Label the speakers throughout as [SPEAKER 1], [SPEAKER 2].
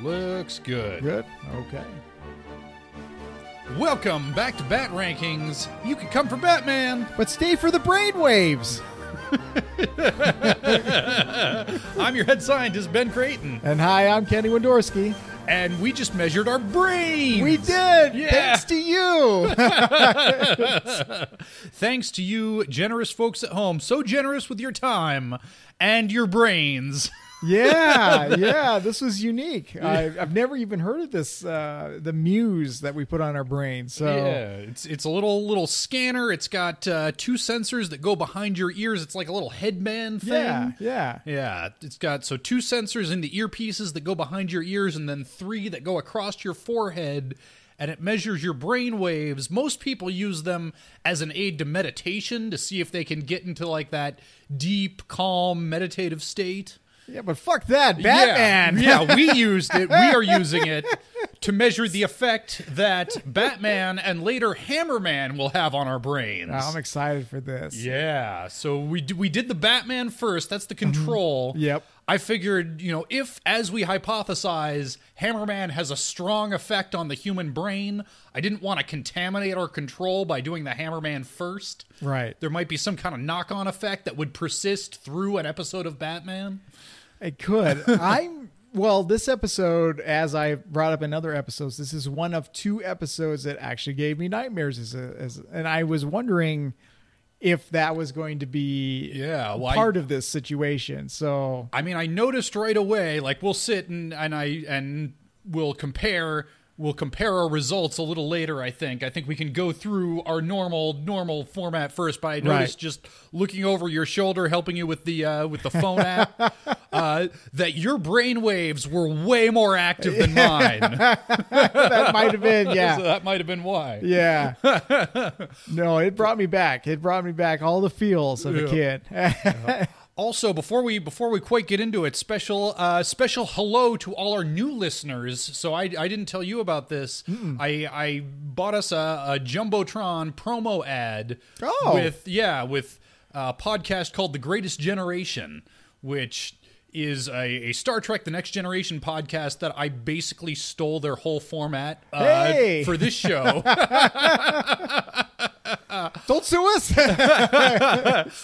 [SPEAKER 1] Looks good.
[SPEAKER 2] Good. Okay.
[SPEAKER 1] Welcome back to Bat Rankings. You can come for Batman.
[SPEAKER 2] But stay for the brainwaves.
[SPEAKER 1] I'm your head scientist, Ben Creighton,
[SPEAKER 2] And hi, I'm Kenny Wendorski.
[SPEAKER 1] and we just measured our brains.
[SPEAKER 2] We did.
[SPEAKER 1] Yeah.
[SPEAKER 2] Thanks to you.
[SPEAKER 1] Thanks to you, generous folks at home, so generous with your time and your brains.
[SPEAKER 2] yeah, yeah. This was unique. I, I've never even heard of this. Uh, the muse that we put on our brain. So
[SPEAKER 1] Yeah, it's it's a little little scanner. It's got uh, two sensors that go behind your ears. It's like a little headband thing.
[SPEAKER 2] yeah, yeah.
[SPEAKER 1] Yeah, it's got so two sensors in the earpieces that go behind your ears, and then three that go across your forehead, and it measures your brain waves. Most people use them as an aid to meditation to see if they can get into like that deep, calm, meditative state.
[SPEAKER 2] Yeah, but fuck that, Batman.
[SPEAKER 1] Yeah, yeah, we used it. We are using it to measure the effect that Batman and later Hammerman will have on our brains.
[SPEAKER 2] I'm excited for this. Mm-hmm.
[SPEAKER 1] Yeah, so we d- we did the Batman first. That's the control.
[SPEAKER 2] Yep.
[SPEAKER 1] I figured, you know, if as we hypothesize, Hammerman has a strong effect on the human brain, I didn't want to contaminate our control by doing the Hammerman first.
[SPEAKER 2] Right.
[SPEAKER 1] There might be some kind of knock-on effect that would persist through an episode of Batman.
[SPEAKER 2] It could. I'm well, this episode, as I brought up in other episodes, this is one of two episodes that actually gave me nightmares as a, as and I was wondering if that was going to be
[SPEAKER 1] Yeah, well, I-
[SPEAKER 2] part of this situation. So
[SPEAKER 1] I mean, I noticed right away. Like we'll sit and and I and we'll compare. We'll compare our results a little later. I think. I think we can go through our normal normal format first. But I noticed
[SPEAKER 2] Right.
[SPEAKER 1] just looking over your shoulder, helping you with the uh, with the phone app, uh, that your brain waves were way more active than mine.
[SPEAKER 2] that might have been
[SPEAKER 1] So
[SPEAKER 2] yeah.
[SPEAKER 1] that might have been why.
[SPEAKER 2] Yeah. No, it brought me back. It brought me back all the feels of a kid.
[SPEAKER 1] Also, before we before we quite get into it, special uh, special hello to all our new listeners. So I, I didn't tell you about this. I I bought us a, a jumbotron promo ad.
[SPEAKER 2] Oh.
[SPEAKER 1] with yeah with a podcast called The Greatest Generation, which is a, a Star Trek: The Next Generation podcast that I basically stole their whole format uh,
[SPEAKER 2] Hey.
[SPEAKER 1] for this show.
[SPEAKER 2] Don't sue us.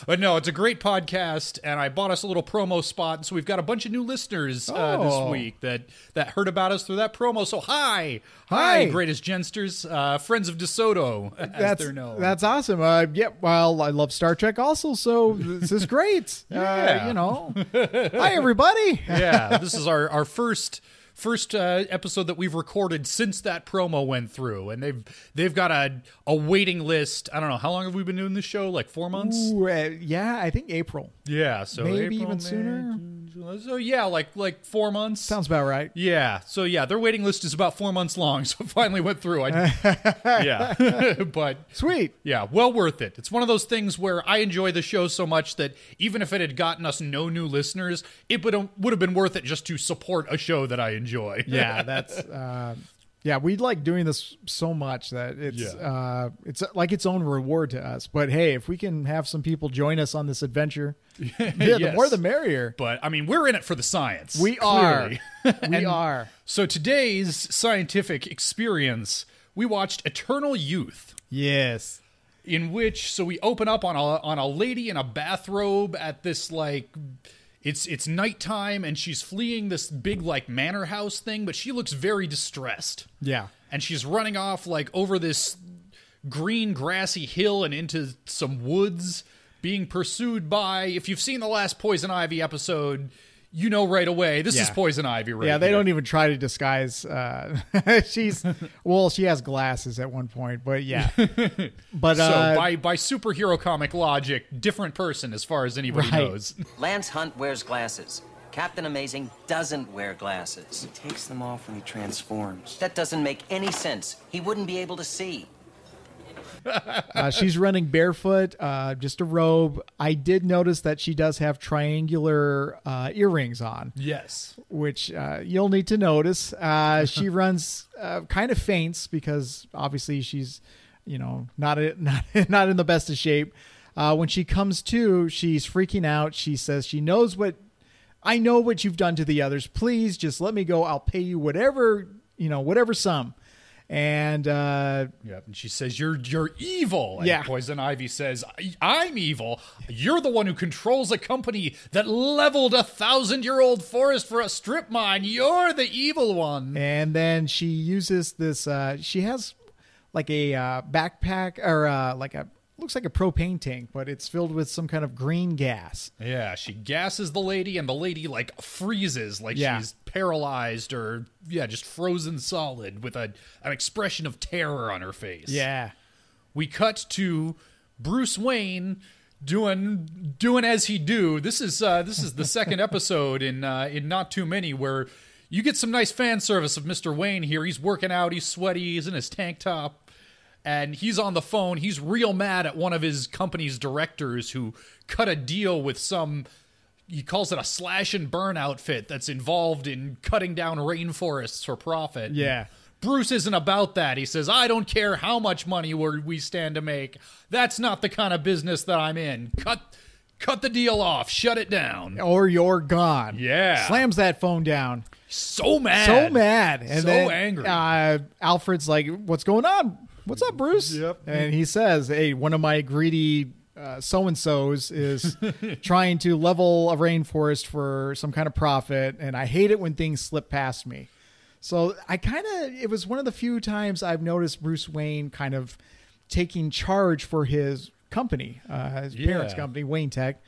[SPEAKER 1] But no, it's a great podcast, and I bought us a little promo spot, and so we've got a bunch of new listeners uh,
[SPEAKER 2] Oh.
[SPEAKER 1] this week that that heard about us through that promo. So hi,
[SPEAKER 2] Hi.
[SPEAKER 1] greatest gensters, uh, friends of DeSoto, as
[SPEAKER 2] that's
[SPEAKER 1] they're known.
[SPEAKER 2] that's awesome. Uh, yeah, well, I love Star Trek also, so this is great.
[SPEAKER 1] Yeah.
[SPEAKER 2] uh, you know, hi everybody.
[SPEAKER 1] yeah, this is our our first. First uh, episode that we've recorded since that promo went through, and they've they've got a a waiting list. I don't know how long have we been doing this show? Like four months.
[SPEAKER 2] Ooh, uh, yeah, I think April
[SPEAKER 1] Yeah, so
[SPEAKER 2] Maybe
[SPEAKER 1] April,
[SPEAKER 2] even
[SPEAKER 1] May,
[SPEAKER 2] sooner?
[SPEAKER 1] June, July. So yeah, like like four months.
[SPEAKER 2] sounds about right.
[SPEAKER 1] Yeah. So yeah, their waiting list is about four months long. So it finally went through. I, yeah. but
[SPEAKER 2] Sweet.
[SPEAKER 1] yeah, well worth it. It's one of those things where I enjoy the show so much that even if it had gotten us no new listeners, it would um, would have been worth it just to support a show that I enjoy.
[SPEAKER 2] Yeah, that's. Uh, yeah, we like doing this so much that it's
[SPEAKER 1] Yeah.
[SPEAKER 2] uh, it's like its own reward to us. But hey, if we can have some people join us on this adventure, yeah, the
[SPEAKER 1] Yes.
[SPEAKER 2] more the merrier.
[SPEAKER 1] But I mean, we're in it for the science.
[SPEAKER 2] We
[SPEAKER 1] clearly.
[SPEAKER 2] are, we are.
[SPEAKER 1] So today's scientific experience, we watched Eternal Youth.
[SPEAKER 2] Yes,
[SPEAKER 1] in which so we open up on a on a lady in a bathrobe at this like it's it's nighttime and she's fleeing this big like manor house thing but she looks very distressed
[SPEAKER 2] yeah,
[SPEAKER 1] and she's running off like over this green grassy hill and into some woods being pursued by if you've seen the last poison ivy episode you know right away this is
[SPEAKER 2] Yeah.
[SPEAKER 1] poison ivy right
[SPEAKER 2] yeah. They
[SPEAKER 1] here.
[SPEAKER 2] don't even try to disguise. Uh, she's well, she has glasses at one point, but yeah, but
[SPEAKER 1] so
[SPEAKER 2] uh,
[SPEAKER 1] by by superhero comic logic different person as far as anybody
[SPEAKER 2] Right.
[SPEAKER 1] knows
[SPEAKER 3] Lance Hunt wears glasses. Captain Amazing doesn't wear glasses.
[SPEAKER 4] He takes them off when he transforms.
[SPEAKER 3] That doesn't make any sense. He wouldn't be able to see.
[SPEAKER 2] Uh, she's running barefoot, uh, just a robe. I did notice that she does have triangular uh, earrings on,
[SPEAKER 1] yes
[SPEAKER 2] which uh, you'll need to notice. Uh, she runs uh, kind of faints because obviously she's, you know, not a, not not in the best of shape. Uh, when she comes to, she's freaking out. She says she knows what I know what you've done to the others. Please just let me go. I'll pay you whatever, you know, whatever sum. And uh,
[SPEAKER 1] Yep. And she says, "You're you're evil." And
[SPEAKER 2] Yeah.
[SPEAKER 1] Poison Ivy says, I, "I'm evil. You're the one who controls a company that leveled a thousand year old forest for a strip mine. You're the evil one."
[SPEAKER 2] and then she uses this uh she has like a uh backpack or uh like a looks like a propane tank but it's filled with some kind of green gas
[SPEAKER 1] Yeah. She gasses the lady, and the lady like freezes, like
[SPEAKER 2] Yeah.
[SPEAKER 1] she's paralyzed or yeah, just frozen solid with a an expression of terror on her face.
[SPEAKER 2] yeah
[SPEAKER 1] we cut to Bruce Wayne doing doing as he do. This is uh, this is the second episode in uh, in not too many where you get some nice fan service of Mr. Wayne here. He's working out, he's sweaty, he's in his tank top, and he's on the phone. He's real mad at one of his company's directors who cut a deal with some he calls it a slash and burn outfit that's involved in cutting down rainforests for profit.
[SPEAKER 2] Yeah.
[SPEAKER 1] Bruce isn't about that. He says, I don't care how much money we're, we stand to make. That's not the kind of business that I'm in. Cut cut the deal off. Shut it down.
[SPEAKER 2] or you're gone
[SPEAKER 1] Yeah.
[SPEAKER 2] slams that phone down
[SPEAKER 1] So mad.
[SPEAKER 2] so mad and
[SPEAKER 1] So
[SPEAKER 2] then,
[SPEAKER 1] angry.
[SPEAKER 2] uh alfred's like what's going on what's up bruce
[SPEAKER 1] Yep.
[SPEAKER 2] and he says hey one of my greedy uh, so-and-so's is trying to level a rainforest for some kind of profit and i hate it when things slip past me so i kind of it was one of the few times i've noticed bruce wayne kind of taking charge for his company uh, his parents
[SPEAKER 1] Yeah.
[SPEAKER 2] company wayne tech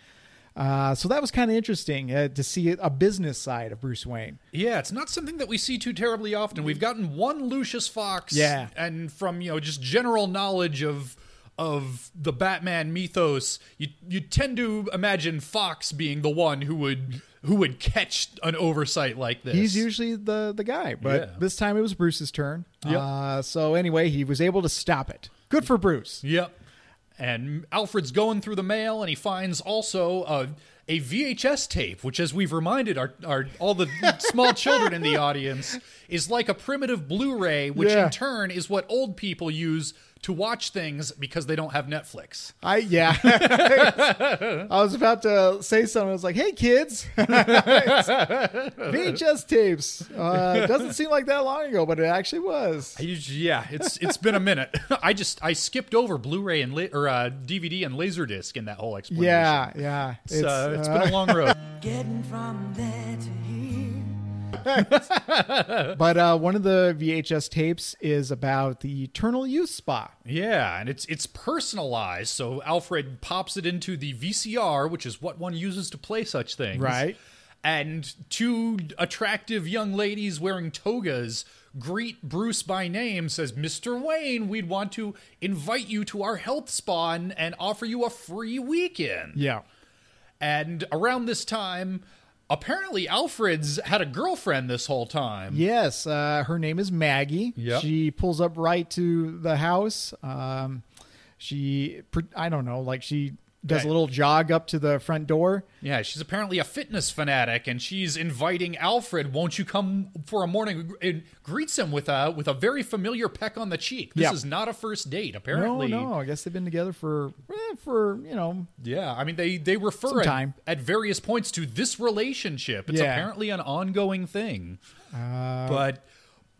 [SPEAKER 2] uh, so that was kind of interesting uh, to see a business side of bruce wayne
[SPEAKER 1] Yeah, it's not something that we see too terribly often. We've gotten one Lucius Fox,
[SPEAKER 2] Yeah.
[SPEAKER 1] and from you know just general knowledge of of the Batman mythos, you you tend to imagine Fox being the one who would who would catch an oversight like this.
[SPEAKER 2] He's usually the the guy, but
[SPEAKER 1] Yeah.
[SPEAKER 2] this time it was Bruce's turn.
[SPEAKER 1] Yep.
[SPEAKER 2] Uh, so anyway, he was able to stop it. Good for Bruce.
[SPEAKER 1] Yep. And Alfred's going through the mail, and he finds also a, a VHS tape, which, as we've reminded our, our all the small children in the audience, is like a primitive Blu-ray, which
[SPEAKER 2] Yeah.
[SPEAKER 1] in turn is what old people use to watch things because they don't have Netflix.
[SPEAKER 2] I yeah. I was about to say something. I was like, "Hey kids, VHS tapes." Uh, doesn't seem like that long ago, but it actually was.
[SPEAKER 1] Yeah, it's it's been a minute. I just I skipped over Blu-ray and la- or uh, DVD and Laserdisc in that whole explanation.
[SPEAKER 2] Yeah, yeah.
[SPEAKER 1] it's, uh, it's been a long road.
[SPEAKER 5] Getting from there to here.
[SPEAKER 2] but uh, one of the VHS tapes is about the Eternal Youth Spa.
[SPEAKER 1] Yeah, and it's it's personalized. So Alfred pops it into the VCR, which is what one uses to play such things.
[SPEAKER 2] Right.
[SPEAKER 1] And two attractive young ladies wearing togas greet Bruce by name, says, Mr. Wayne, we'd want to invite you to our health spa and, and offer you a free weekend.
[SPEAKER 2] Yeah.
[SPEAKER 1] And around this time, apparently Alfred's had a girlfriend this whole time.
[SPEAKER 2] Yes, uh, her name is Maggie.
[SPEAKER 1] Yep.
[SPEAKER 2] She pulls up right to the house. Um, she, pr- I don't know, like she does
[SPEAKER 1] Right.
[SPEAKER 2] a little jog up to the front door.
[SPEAKER 1] Yeah, she's apparently a fitness fanatic, and she's inviting Alfred. Won't you come for a morning? And greets him with a with a very familiar peck on the cheek. This
[SPEAKER 2] Yeah.
[SPEAKER 1] is not a first date, apparently.
[SPEAKER 2] No, no, I guess they've been together for, eh, for you know,
[SPEAKER 1] Yeah, I mean they they refer
[SPEAKER 2] Some
[SPEAKER 1] at,
[SPEAKER 2] time.
[SPEAKER 1] at various points to this relationship. It's
[SPEAKER 2] Yeah. Uh,
[SPEAKER 1] apparently an ongoing thing. but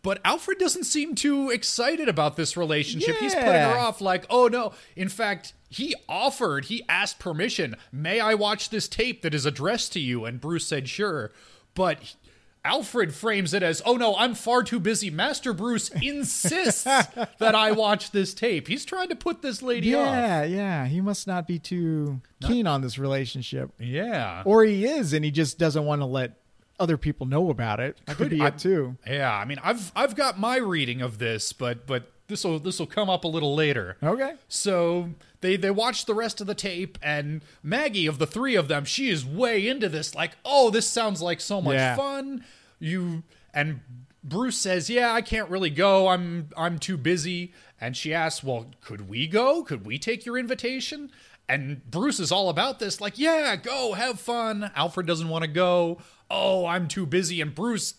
[SPEAKER 1] but Alfred doesn't seem too excited about this relationship. He's putting
[SPEAKER 2] Yeah.
[SPEAKER 1] her off like, "Oh no." In fact, he offered, he asked permission, "May I watch this tape that is addressed to you?" And Bruce said, "Sure." But he- Alfred frames it as, "Oh no, I'm far too busy. Master Bruce insists that I watch this tape." He's trying to put this lady off.
[SPEAKER 2] yeah, yeah. He must not be too keen on this relationship,
[SPEAKER 1] Yeah.
[SPEAKER 2] or he is, and he just doesn't want to let other people know about it. That could be
[SPEAKER 1] I-
[SPEAKER 2] it too.
[SPEAKER 1] Yeah, I mean, I've I've got my reading of this, but but this will this will come up a little later.
[SPEAKER 2] Okay.
[SPEAKER 1] So they they watch the rest of the tape, and Maggie of the three of them, she is way into this. Like, oh, this sounds like so much
[SPEAKER 2] Yeah.
[SPEAKER 1] fun. You and Bruce says, yeah, I can't really go. I'm I'm too busy. And she asks, well, could we go? Could we take your invitation? And Bruce is all about this, like, yeah, go, have fun. Alfred doesn't want to go. Oh, I'm too busy. And Bruce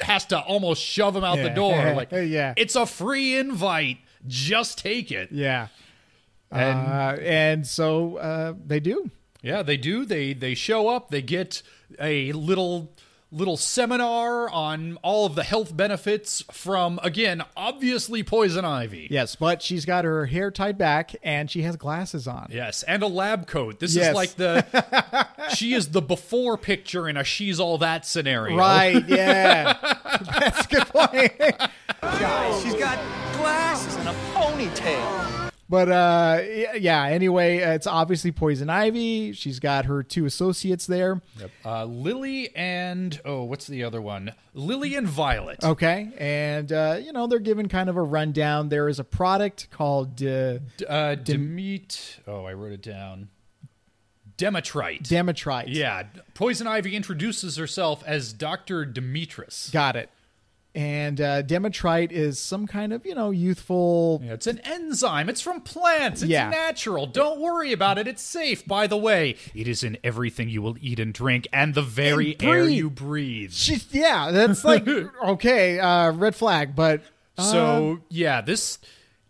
[SPEAKER 1] has to almost shove him out the
[SPEAKER 2] Yeah.
[SPEAKER 1] door. Like,
[SPEAKER 2] Yeah.
[SPEAKER 1] it's a free invite. Just take it.
[SPEAKER 2] Yeah,
[SPEAKER 1] And
[SPEAKER 2] uh, and so uh, they do.
[SPEAKER 1] Yeah, they do. They they show up. They get a little little seminar on all of the health benefits from again, obviously poison ivy.
[SPEAKER 2] Yes, but she's got her hair tied back and she has glasses on.
[SPEAKER 1] Yes, and a lab coat. This
[SPEAKER 2] Yes.
[SPEAKER 1] is like the she is the before picture in a she's all that scenario.
[SPEAKER 2] Right, yeah. That's a good point.
[SPEAKER 4] She's got glasses and a ponytail.
[SPEAKER 2] But uh, y- yeah, anyway, uh, it's obviously Poison Ivy. She's got her two associates there.
[SPEAKER 1] Uh, Lily and oh, what's the other one? Lily and Violet.
[SPEAKER 2] Okay. And, uh, you know, they're given kind of a rundown. There is a product called uh,
[SPEAKER 1] Uh, Demet. Oh, I wrote it down. Demetrite.
[SPEAKER 2] Demetrite.
[SPEAKER 1] yeah, Poison Ivy introduces herself as Doctor Demetris.
[SPEAKER 2] Got it. And uh, Demetrite is some kind of, you know, youthful.
[SPEAKER 1] Yeah, it's an enzyme. It's from plants. It's
[SPEAKER 2] Yeah.
[SPEAKER 1] natural. Don't worry about it. It's safe. By the way, it is in everything you will eat and drink, and the very
[SPEAKER 2] And
[SPEAKER 1] air
[SPEAKER 2] breathe.
[SPEAKER 1] you breathe.
[SPEAKER 2] She's, yeah, that's like, okay, uh, red flag, but.
[SPEAKER 1] So
[SPEAKER 2] Um,
[SPEAKER 1] yeah, this.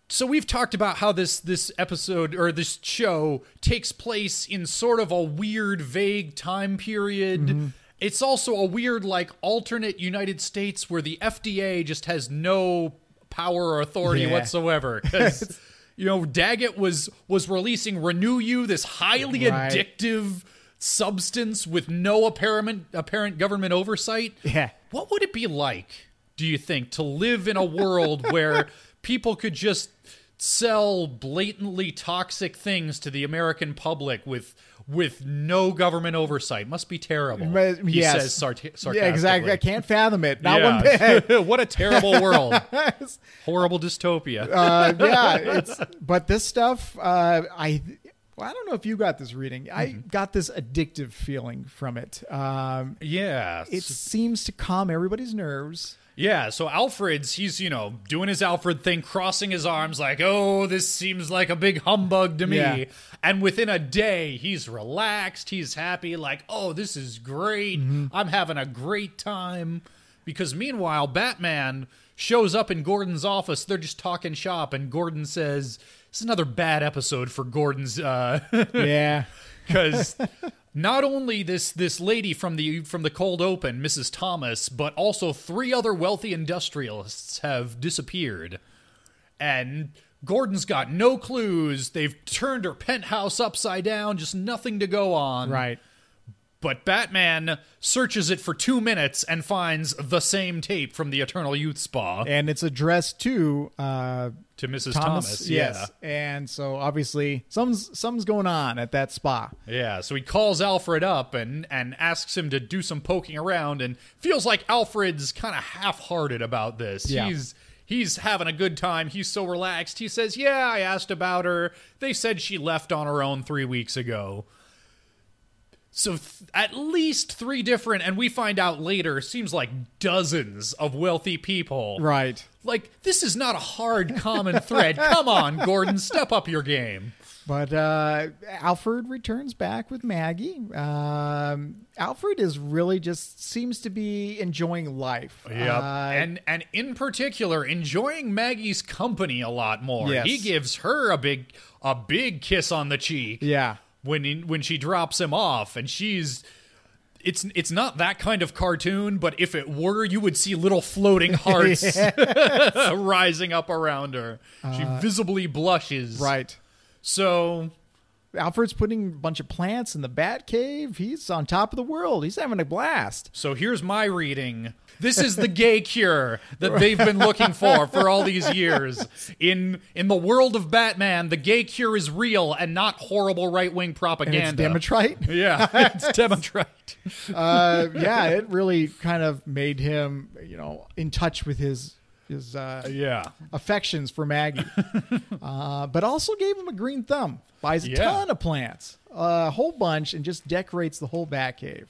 [SPEAKER 1] So we've talked about how this this episode or this show takes place in sort of a weird, vague time period.
[SPEAKER 2] Mm-hmm.
[SPEAKER 1] It's also a weird, like alternate United States where the FDA just has no power or authority
[SPEAKER 2] Yeah.
[SPEAKER 1] whatsoever. 'Cause, you know, Daggett was was releasing Renew You, this highly
[SPEAKER 2] Right.
[SPEAKER 1] addictive substance with no apparent apparent government oversight.
[SPEAKER 2] Yeah.
[SPEAKER 1] What would it be like, do you think, to live in a world where people could just sell blatantly toxic things to the American public with with no government oversight? Must be terrible.
[SPEAKER 2] But-
[SPEAKER 1] he
[SPEAKER 2] yes.
[SPEAKER 1] says sart- sarcastically.
[SPEAKER 2] Yeah, exactly. I can't fathom it. Not one bit.
[SPEAKER 1] Yeah. what a terrible world. Horrible dystopia.
[SPEAKER 2] uh, yeah, it's but this stuff, uh, I well, I don't know if you got this reading. I got this addictive feeling from it. Um,
[SPEAKER 1] yeah.
[SPEAKER 2] it seems to calm everybody's nerves.
[SPEAKER 1] Yeah, so Alfred's, he's, you know, doing his Alfred thing, crossing his arms, like, oh, this seems like a big humbug to me.
[SPEAKER 2] Yeah.
[SPEAKER 1] And within a day, he's relaxed, he's happy, like, oh, this is great. I'm having a great time. Because meanwhile, Batman shows up in Gordon's office. They're just talking shop, and Gordon says, this is another bad episode for Gordon's uh,
[SPEAKER 2] Yeah,
[SPEAKER 1] because not only this this lady from the from the cold open, Mrs. Thomas, but also three other wealthy industrialists have disappeared, and Gordon's got no clues. They've turned her penthouse upside down, just nothing to go on.
[SPEAKER 2] right.
[SPEAKER 1] But Batman searches it for two minutes and finds the same tape from the Eternal Youth Spa
[SPEAKER 2] And it's addressed to uh,
[SPEAKER 1] to Mrs. Thomas.
[SPEAKER 2] Yes, and so obviously something's something's going on at that spa.
[SPEAKER 1] Yeah, so he calls Alfred up and and asks him to do some poking around and feels like Alfred's kind of half-hearted about this.
[SPEAKER 2] Yeah.
[SPEAKER 1] He's he's having a good time. He's so relaxed. He says, "Yeah, I asked about her. They said she left on her own 3 weeks ago." So th- at least 3 different and we find out later seems like dozens of wealthy people.
[SPEAKER 2] Right.
[SPEAKER 1] Like this is not a hard common thread. Come on, Gordon, step up your game.
[SPEAKER 2] But uh, Alfred returns back with Maggie. Um, Alfred is really just seems to be enjoying life.
[SPEAKER 1] Yeah,
[SPEAKER 2] Uh,
[SPEAKER 1] and and in particular, enjoying Maggie's company a lot more.
[SPEAKER 2] Yes.
[SPEAKER 1] He gives her a big a big kiss on the cheek
[SPEAKER 2] yeah.
[SPEAKER 1] when he, when she drops him off, and she's. It's it's not that kind of cartoon, but if it were, you would see little floating hearts rising up around her. She visibly blushes.
[SPEAKER 2] Uh, Right.
[SPEAKER 1] So
[SPEAKER 2] Alfred's putting a bunch of plants in the bat cave. He's on top of the world. He's having a blast.
[SPEAKER 1] So here's my reading. This is the gay cure that they've been looking for for all these years. In in the world of Batman, the gay cure is real and not horrible right wing
[SPEAKER 2] And it's
[SPEAKER 1] propaganda.
[SPEAKER 2] Demetrite.
[SPEAKER 1] yeah, it's Demetrite.
[SPEAKER 2] Uh, yeah, it really kind of made him, you know, in touch with his his uh,
[SPEAKER 1] Yeah,
[SPEAKER 2] affections for Maggie, uh, but also gave him a green thumb. Buys a
[SPEAKER 1] Yeah.
[SPEAKER 2] ton of plants, a whole bunch, and just decorates the whole bat cave.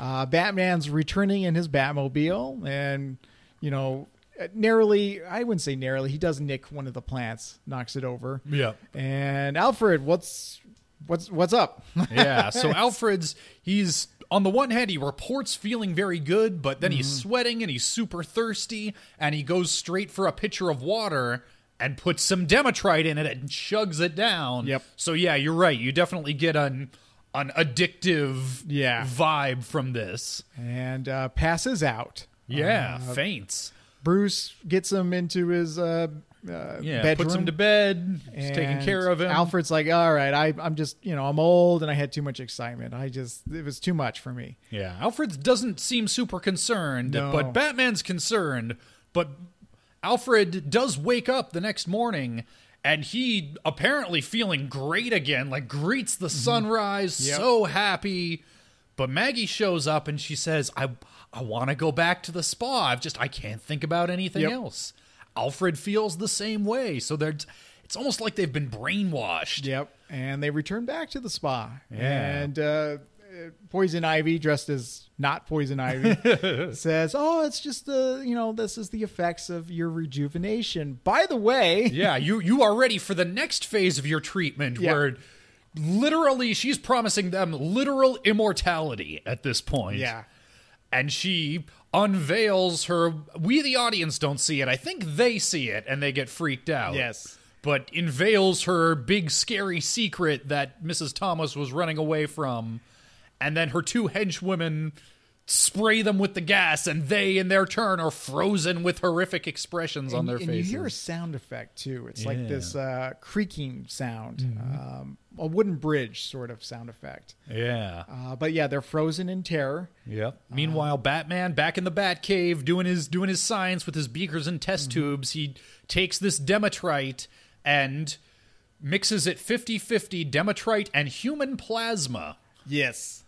[SPEAKER 2] Uh, Batman's returning in his Batmobile, and you know, uh, narrowly, I wouldn't say narrowly, he does nick one of the plants, knocks it over.
[SPEAKER 1] Yeah.
[SPEAKER 2] And Alfred, what's what's what's up?
[SPEAKER 1] yeah. So Alfred's he's on the one hand he reports feeling very good, but then he's
[SPEAKER 2] Mm-hmm.
[SPEAKER 1] sweating and he's super thirsty, and he goes straight for a pitcher of water and puts some Demetrite in it and chugs it down.
[SPEAKER 2] Yep.
[SPEAKER 1] So yeah, you're right. You definitely get an an addictive
[SPEAKER 2] Yeah.
[SPEAKER 1] vibe from this.
[SPEAKER 2] and uh, passes out.
[SPEAKER 1] Yeah,
[SPEAKER 2] Uh,
[SPEAKER 1] faints.
[SPEAKER 2] Bruce gets him into his uh, uh,
[SPEAKER 1] Yeah,
[SPEAKER 2] bedroom.
[SPEAKER 1] puts him to bed. He's taking
[SPEAKER 2] and
[SPEAKER 1] care of him.
[SPEAKER 2] Alfred's like, all right, I, I'm just, you know, I'm old and I had too much excitement. I just, it was too much for me.
[SPEAKER 1] Yeah, Alfred doesn't seem super concerned,
[SPEAKER 2] No.
[SPEAKER 1] but Batman's concerned. But Alfred does wake up the next morning and he apparently feeling great again, like greets the sunrise,
[SPEAKER 2] Mm-hmm. Yep.
[SPEAKER 1] so happy. But Maggie shows up and she says, "I I want to go back to the spa. I've just I can't think about anything
[SPEAKER 2] Yep.
[SPEAKER 1] else." Alfred feels the same way, so they're it's almost like they've been brainwashed.
[SPEAKER 2] Yep. And they return back to the spa. And uh, Poison Ivy, dressed as not Poison Ivy, says, oh, it's just the, you know, this is the effects of your rejuvenation. By the way,
[SPEAKER 1] Yeah, you you are ready for the next phase of your treatment
[SPEAKER 2] Yeah.
[SPEAKER 1] where literally she's promising them literal immortality at this point.
[SPEAKER 2] Yeah.
[SPEAKER 1] And she unveils her we the audience don't see it. I think they see it and they get freaked out.
[SPEAKER 2] Yes.
[SPEAKER 1] But unveils her big scary secret that Mrs. Thomas was running away from and then her two henchwomen spray them with the gas and they in their turn are frozen with horrific expressions on
[SPEAKER 2] and,
[SPEAKER 1] their
[SPEAKER 2] and
[SPEAKER 1] faces.
[SPEAKER 2] you hear a sound effect too. It's like this uh, creaking sound,
[SPEAKER 1] Mm-hmm.
[SPEAKER 2] um, a wooden bridge sort of sound effect.
[SPEAKER 1] yeah.
[SPEAKER 2] Uh, but yeah, they're frozen in terror.
[SPEAKER 1] Yep.
[SPEAKER 2] Um,
[SPEAKER 1] Meanwhile, Batman back in the Batcave doing his doing his science with his beakers and test
[SPEAKER 2] Mm-hmm.
[SPEAKER 1] tubes. He takes this Demetrite and mixes it 50-50 Demetrite and human plasma
[SPEAKER 2] Yes.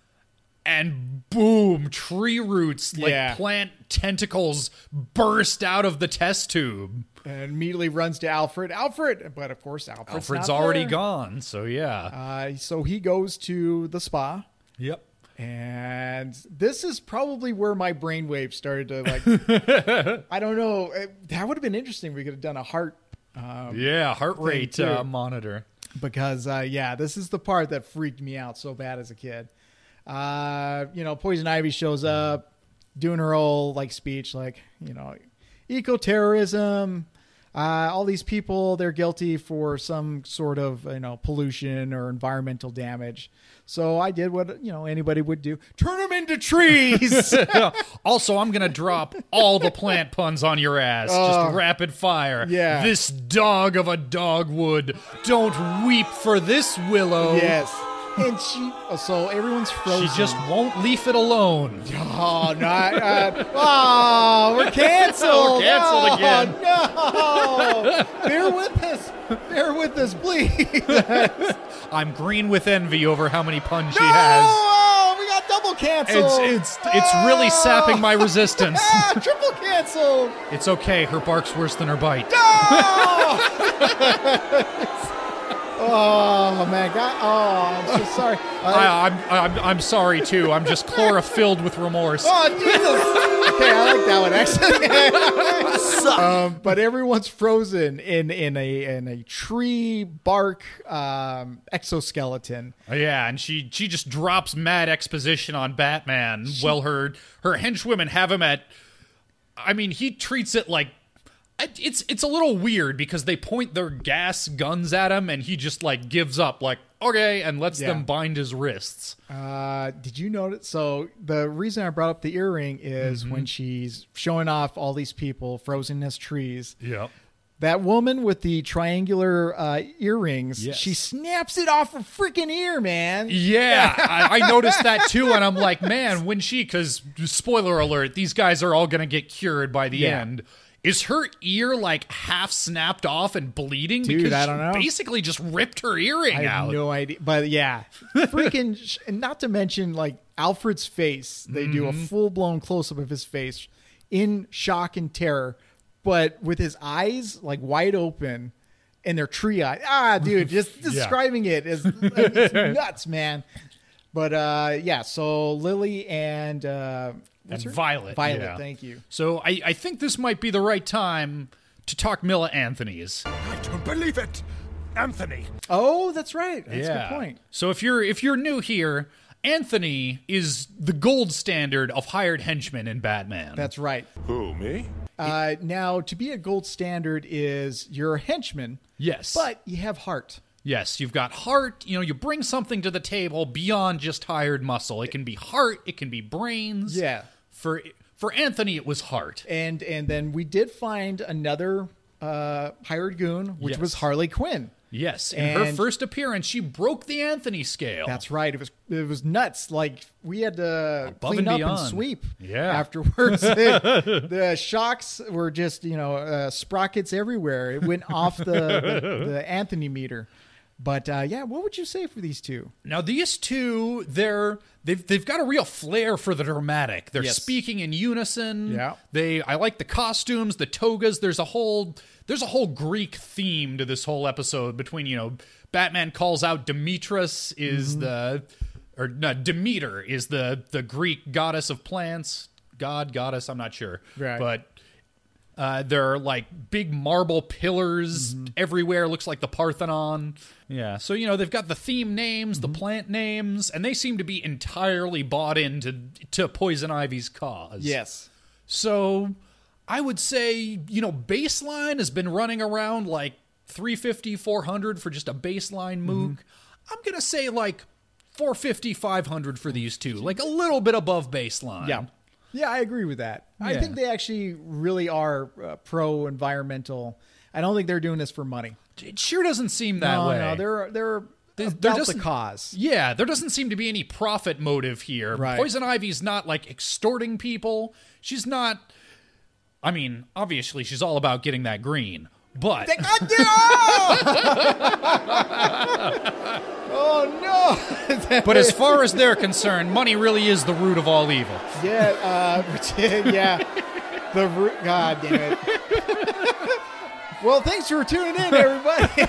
[SPEAKER 1] and boom, tree roots like
[SPEAKER 2] Yeah.
[SPEAKER 1] plant tentacles burst out of the test tube.
[SPEAKER 2] And immediately runs to Alfred. Alfred, but of course Alfred's,
[SPEAKER 1] Alfred's
[SPEAKER 2] not
[SPEAKER 1] already
[SPEAKER 2] there.
[SPEAKER 1] gone, so yeah.
[SPEAKER 2] Uh, so he goes to the spa,
[SPEAKER 1] yep.
[SPEAKER 2] and this is probably where my brainwave started to like. I don't know. It- that would have been interesting. We could have done a heart
[SPEAKER 1] Yeah, heart rate
[SPEAKER 2] too.
[SPEAKER 1] uh, monitor.
[SPEAKER 2] because uh, yeah, this is the part that freaked me out so bad as a kid. Uh, you know, Poison Ivy shows
[SPEAKER 1] Mm-hmm.
[SPEAKER 2] up doing her old like speech, like you know, eco terrorism. Uh, all these people, they're guilty for some sort of you know pollution or environmental damage. So I did what you know anybody would do: turn them into trees.
[SPEAKER 1] Also, I'm gonna drop all the plant puns on your ass, just rapid fire.
[SPEAKER 2] Oh. yeah.
[SPEAKER 1] This dog of a dogwood, don't weep for this willow.
[SPEAKER 2] yes, and she. So everyone's frozen.
[SPEAKER 1] She just won't leave it alone.
[SPEAKER 2] Oh no! I- Uh, oh, we're canceled.
[SPEAKER 1] We're canceled
[SPEAKER 2] Oh,
[SPEAKER 1] again.
[SPEAKER 2] No, bear with us. Bear with us, please.
[SPEAKER 1] I'm green with envy over how many puns she has.
[SPEAKER 2] Oh, we got double canceled. Oh.
[SPEAKER 1] It's it's it's really sapping my resistance.
[SPEAKER 2] Ah, triple canceled.
[SPEAKER 1] It's okay, her bark's worse than her bite.
[SPEAKER 2] Oh, oh man, God. Oh, I'm so sorry. Uh,
[SPEAKER 1] I, I'm, I'm I'm sorry too. I'm just chlorophylled with remorse.
[SPEAKER 2] Oh Jesus! okay, I like that one actually. um, but everyone's frozen in in a in a tree bark um, exoskeleton.
[SPEAKER 1] Oh, Yeah, and she she just drops mad exposition on Batman. well, her her henchwomen have him at. I mean, he treats it like I- it's it's a little weird because they point their gas guns at him, and he just like gives up, like okay, and lets
[SPEAKER 2] Yeah.
[SPEAKER 1] them bind his wrists.
[SPEAKER 2] Uh, did you notice? So the reason I brought up the earring is when she's showing off all these people frozen as trees.
[SPEAKER 1] Yep.
[SPEAKER 2] That woman with the triangular uh, earrings,
[SPEAKER 1] Yes.
[SPEAKER 2] she snaps it off her freaking ear, man.
[SPEAKER 1] Yeah, I, I noticed that too, and I'm like, man, when she, because spoiler alert, these guys are all gonna get cured by the
[SPEAKER 2] Yeah.
[SPEAKER 1] end. Is her ear like half snapped off and bleeding?
[SPEAKER 2] Dude,
[SPEAKER 1] because
[SPEAKER 2] I
[SPEAKER 1] she
[SPEAKER 2] don't know.
[SPEAKER 1] basically just ripped her earring
[SPEAKER 2] I
[SPEAKER 1] out.
[SPEAKER 2] have no idea, but yeah, freaking, sh- and not to mention like Alfred's face. They do a
[SPEAKER 1] Mm-hmm.
[SPEAKER 2] full blown close up of his face in shock and terror, but with his eyes like wide open and their tree eye. Ah, dude, just describing it is it's nuts, man. But uh, yeah, so Lily and uh, what's
[SPEAKER 1] And
[SPEAKER 2] her-
[SPEAKER 1] Violet.
[SPEAKER 2] Violet,
[SPEAKER 1] yeah.
[SPEAKER 2] thank you.
[SPEAKER 1] So I, I think this might be the right time to talk Mila Anthony's.
[SPEAKER 6] I don't believe it! Anthony,
[SPEAKER 2] Oh, that's right. That's a good point.
[SPEAKER 1] So if you're if you're new here, Anthony is the gold standard of hired henchmen in Batman.
[SPEAKER 2] That's right.
[SPEAKER 6] Who, me?
[SPEAKER 2] Uh, now, to be a gold standard is you're a henchman,
[SPEAKER 1] yes.
[SPEAKER 2] but you have heart.
[SPEAKER 1] Yes, you've got heart. You know, you bring something to the table beyond just hired muscle. It can be heart. It can be brains.
[SPEAKER 2] Yeah.
[SPEAKER 1] For for Anthony, it was heart.
[SPEAKER 2] and and then we did find another uh, hired goon, which
[SPEAKER 1] Yes.
[SPEAKER 2] was Harley Quinn.
[SPEAKER 1] Yes. In her
[SPEAKER 2] And-
[SPEAKER 1] first appearance, she broke the Anthony scale.
[SPEAKER 2] That's right. It was it was nuts. Like we had to
[SPEAKER 1] Above
[SPEAKER 2] clean
[SPEAKER 1] and
[SPEAKER 2] up and
[SPEAKER 1] beyond.
[SPEAKER 2] sweep.
[SPEAKER 1] Yeah.
[SPEAKER 2] Afterwards, It- the shocks were just you know uh, sprockets everywhere. It went off the, the the Anthony meter. But uh, yeah, what would you say for these two?
[SPEAKER 1] Now these two, they're they've they've got a real flair for the dramatic. They're
[SPEAKER 2] Yes.
[SPEAKER 1] speaking in unison.
[SPEAKER 2] Yeah.
[SPEAKER 1] They I like the costumes, the togas. There's a whole there's a whole Greek theme to this whole episode between, you know, Batman calls out Demetrius
[SPEAKER 2] Mm-hmm.
[SPEAKER 1] is the or no, Demeter is the the Greek goddess of plants, god goddess, I'm not sure.
[SPEAKER 2] Right.
[SPEAKER 1] But uh, there are like big marble pillars
[SPEAKER 2] Mm-hmm.
[SPEAKER 1] everywhere. Looks like the Parthenon. Yeah. So you know they've got the theme names,
[SPEAKER 2] Mm-hmm.
[SPEAKER 1] the plant names, and they seem to be entirely bought into to Poison Ivy's cause.
[SPEAKER 2] Yes.
[SPEAKER 1] So I would say you know baseline has been running around like 350, 400 for just a baseline
[SPEAKER 2] Mm-hmm.
[SPEAKER 1] MOOC. I'm gonna say like 450, 500 for these two, like a little bit above baseline.
[SPEAKER 2] Yeah. Yeah, I agree with that. I
[SPEAKER 1] Yeah.
[SPEAKER 2] think they actually really are uh, pro environmental. I don't think they're doing this for money.
[SPEAKER 1] It sure doesn't seem that
[SPEAKER 2] no,
[SPEAKER 1] way.
[SPEAKER 2] no, they're they're
[SPEAKER 1] There-
[SPEAKER 2] about
[SPEAKER 1] there
[SPEAKER 2] the
[SPEAKER 1] doesn't-
[SPEAKER 2] cause.
[SPEAKER 1] Yeah, there doesn't seem to be any profit motive here.
[SPEAKER 2] Right.
[SPEAKER 1] Poison Ivy's not like extorting people. She's not. I mean, obviously, she's all about getting that green, but
[SPEAKER 2] Oh no!
[SPEAKER 1] but as far as they're concerned, money really is the root of all evil.
[SPEAKER 2] Yeah, uh, yeah. The ru- God damn it. well, thanks for tuning in, everybody.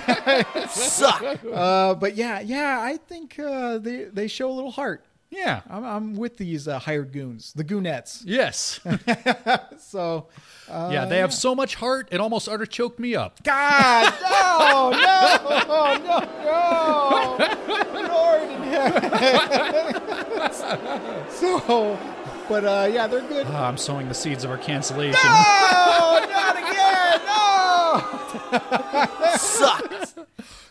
[SPEAKER 4] Suck.
[SPEAKER 2] Uh, but yeah, yeah, I think uh, they they show a little heart.
[SPEAKER 1] Yeah.
[SPEAKER 2] I'm, I'm with these uh, hired goons, the goonettes.
[SPEAKER 1] Yes.
[SPEAKER 2] uh, So
[SPEAKER 1] yeah, they have so much heart, it almost utter choked me up.
[SPEAKER 2] God, no, no, no, no, Lord in heaven. so, but uh, yeah, they're good.
[SPEAKER 1] Ah, I'm sowing the seeds of our cancellation.
[SPEAKER 2] Oh, not again! No.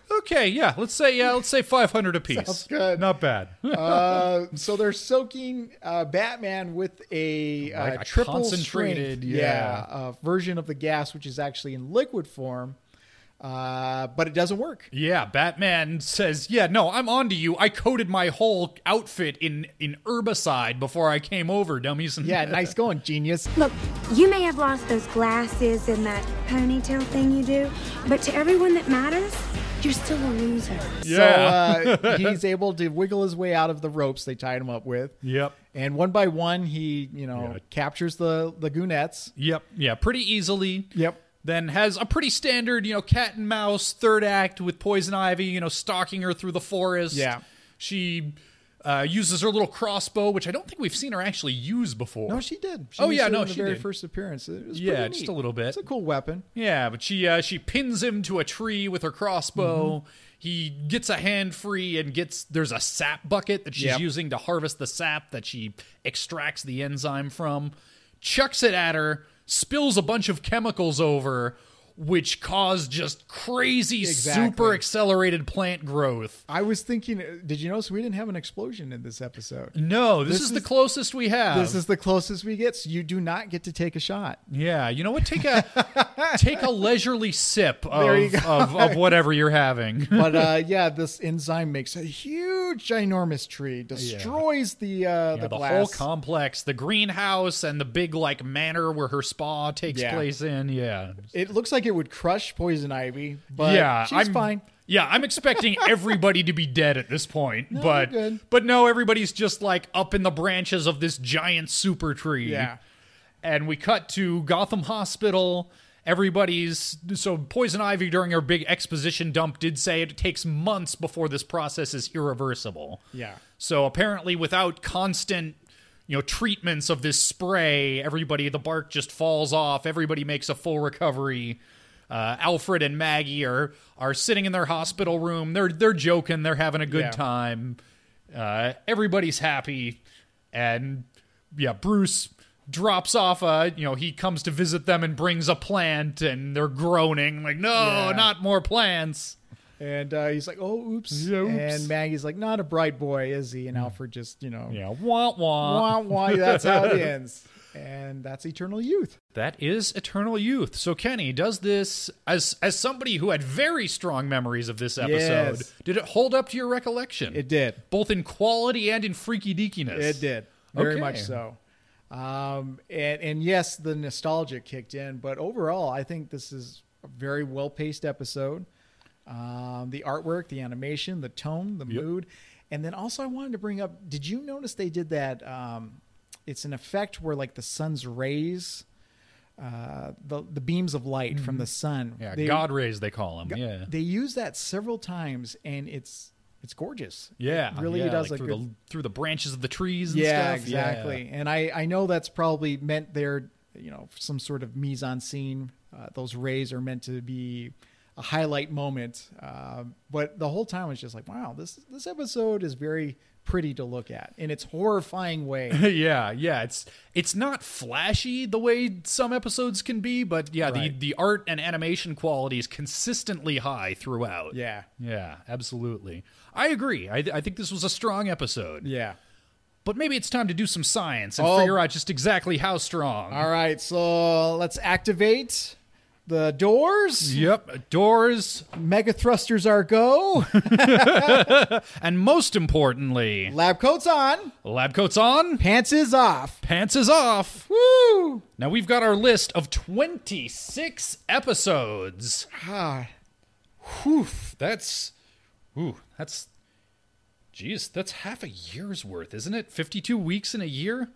[SPEAKER 1] Okay, yeah, let's say yeah, let's say 500 apiece.
[SPEAKER 2] Sounds good.
[SPEAKER 1] Not bad.
[SPEAKER 2] Uh, so they're soaking uh, Batman with a, uh,
[SPEAKER 1] Like a
[SPEAKER 2] triple
[SPEAKER 1] concentrated,
[SPEAKER 2] strength,
[SPEAKER 1] yeah.
[SPEAKER 2] uh, version of the gas, which is actually in liquid form, uh, but it doesn't work.
[SPEAKER 1] Yeah, Batman says, "Yeah, no, I'm onto you. I coated my whole outfit in in herbicide before I came over, dummies." And
[SPEAKER 2] Yeah, nice going, genius.
[SPEAKER 7] Look, you may have lost those glasses and that ponytail thing you do, but to everyone that matters, you're still a loser.
[SPEAKER 2] So uh, he's able to wiggle his way out of the ropes they tied him up with.
[SPEAKER 1] Yep.
[SPEAKER 2] And one by one, he you know
[SPEAKER 1] Yeah.
[SPEAKER 2] captures the the goonettes.
[SPEAKER 1] Yep. Yeah, pretty easily.
[SPEAKER 2] Yep.
[SPEAKER 1] Then has a pretty standard, you know, cat and mouse third act with Poison Ivy, you know, stalking her through the forest.
[SPEAKER 2] Yeah.
[SPEAKER 1] She uh, uses her little crossbow, which I don't think we've seen her actually use before.
[SPEAKER 2] No, she did. She
[SPEAKER 1] Oh,
[SPEAKER 2] used
[SPEAKER 1] yeah,
[SPEAKER 2] it
[SPEAKER 1] no,
[SPEAKER 2] in the
[SPEAKER 1] she
[SPEAKER 2] very
[SPEAKER 1] did.
[SPEAKER 2] first appearance. It was
[SPEAKER 1] Yeah,
[SPEAKER 2] pretty
[SPEAKER 1] just
[SPEAKER 2] neat.
[SPEAKER 1] a little bit.
[SPEAKER 2] It's a cool weapon.
[SPEAKER 1] Yeah, but she uh, she pins him to a tree with her crossbow.
[SPEAKER 2] Mm-hmm.
[SPEAKER 1] He gets a hand free and gets there's a sap bucket that she's
[SPEAKER 2] Yep.
[SPEAKER 1] using to harvest the sap that she extracts the enzyme from. Chucks it at her, spills a bunch of chemicals over, which cause just crazy super
[SPEAKER 2] Exactly.
[SPEAKER 1] accelerated plant growth.
[SPEAKER 2] I was thinking, uh, did you notice we didn't have an explosion in this episode?
[SPEAKER 1] No, this,
[SPEAKER 2] This
[SPEAKER 1] is, the
[SPEAKER 2] is-
[SPEAKER 1] closest we have.
[SPEAKER 2] This is the closest we get. So you do not get to take a shot.
[SPEAKER 1] yeah, you know what? Take a take a leisurely sip
[SPEAKER 2] There you
[SPEAKER 1] of,
[SPEAKER 2] go.
[SPEAKER 1] of of whatever you're having.
[SPEAKER 2] But uh, yeah, this enzyme makes a huge, ginormous tree, destroys the uh,
[SPEAKER 1] Yeah,
[SPEAKER 2] the,
[SPEAKER 1] the
[SPEAKER 2] glass.
[SPEAKER 1] whole complex, the greenhouse, and the big like manor where her spa takes
[SPEAKER 2] Yeah.
[SPEAKER 1] place in. Yeah,
[SPEAKER 2] it looks like it would crush poison ivy, but
[SPEAKER 1] yeah,
[SPEAKER 2] she's
[SPEAKER 1] I'm
[SPEAKER 2] fine.
[SPEAKER 1] Yeah, I'm expecting everybody to be dead at this point, but
[SPEAKER 2] you're good.
[SPEAKER 1] but no, everybody's just like up in the branches of this giant super tree.
[SPEAKER 2] Yeah.
[SPEAKER 1] and we cut to Gotham Hospital. Everybody's so poison ivy during her big exposition dump did say it takes months before this process is irreversible.
[SPEAKER 2] Yeah.
[SPEAKER 1] So apparently, without constant, you know, treatments of this spray, everybody the bark just falls off. Everybody makes a full recovery. Uh, Alfred and Maggie are are sitting in their hospital room. They're they're joking. They're having a good
[SPEAKER 2] Yeah.
[SPEAKER 1] time. Uh, everybody's happy, and yeah, Bruce drops off a you know he comes to visit them and brings a plant and they're groaning like no
[SPEAKER 2] Yeah.
[SPEAKER 1] not more plants
[SPEAKER 2] And uh, he's like, "Oh, oops.
[SPEAKER 1] Yeah, oops. Mm.
[SPEAKER 2] And Maggie's like, "Not a bright boy, is he?" And Alfred just, you know,
[SPEAKER 1] Yeah, wah wah.
[SPEAKER 2] wah, wah, that's how it ends. And that's eternal youth.
[SPEAKER 1] That is eternal youth. So Kenny, does this as as somebody who had very strong memories of this episode?
[SPEAKER 2] Yes.
[SPEAKER 1] Did it hold up to your recollection?
[SPEAKER 2] It did.
[SPEAKER 1] both in quality and in freaky deakiness.
[SPEAKER 2] It did very
[SPEAKER 1] Okay.
[SPEAKER 2] much so. Um, and and yes, the nostalgia kicked in, but overall, I think this is a very well paced episode. Um, the artwork, the animation, the tone, the mood, and then also I wanted to bring up. Did you notice they did that? Um, it's an effect where like the sun's rays, uh, the the beams of light from the sun.
[SPEAKER 1] Mm-hmm. Yeah,
[SPEAKER 2] they-
[SPEAKER 1] God rays they call them. yeah,
[SPEAKER 2] They use that several times, and it's it's gorgeous.
[SPEAKER 1] yeah,
[SPEAKER 2] it really
[SPEAKER 1] yeah,
[SPEAKER 2] does
[SPEAKER 1] like
[SPEAKER 2] a
[SPEAKER 1] through
[SPEAKER 2] good-
[SPEAKER 1] the through the branches of the trees. And
[SPEAKER 2] yeah,
[SPEAKER 1] stuff.
[SPEAKER 2] exactly. And I, I know that's probably meant there, you know, some sort of mise en scene. Uh, those rays are meant to be a highlight moment. Uh, but the whole time I was just like, wow, this this episode is very pretty to look at in its horrifying way.
[SPEAKER 1] Yeah. yeah, yeah. It's it's not flashy the way some episodes can be, but yeah,
[SPEAKER 2] Right.
[SPEAKER 1] the the art and animation quality is consistently high throughout.
[SPEAKER 2] yeah.
[SPEAKER 1] Yeah, absolutely. I agree. I, I think this was a strong episode.
[SPEAKER 2] Yeah.
[SPEAKER 1] But maybe it's time to do some science and
[SPEAKER 2] Oh.
[SPEAKER 1] figure out just exactly how strong.
[SPEAKER 2] All right. So let's activate the doors.
[SPEAKER 1] Yep, doors,
[SPEAKER 2] Mega thrusters are go.
[SPEAKER 1] and most importantly,
[SPEAKER 2] Lab coats on.
[SPEAKER 1] lab coats on,
[SPEAKER 2] Pants is off.
[SPEAKER 1] pants is off.
[SPEAKER 2] Woo.
[SPEAKER 1] Now we've got our list of 26 episodes.
[SPEAKER 2] Ah,
[SPEAKER 1] Whew, that's, ooh, that's, geez, that's half a year's worth, isn't it? 52 weeks in a year?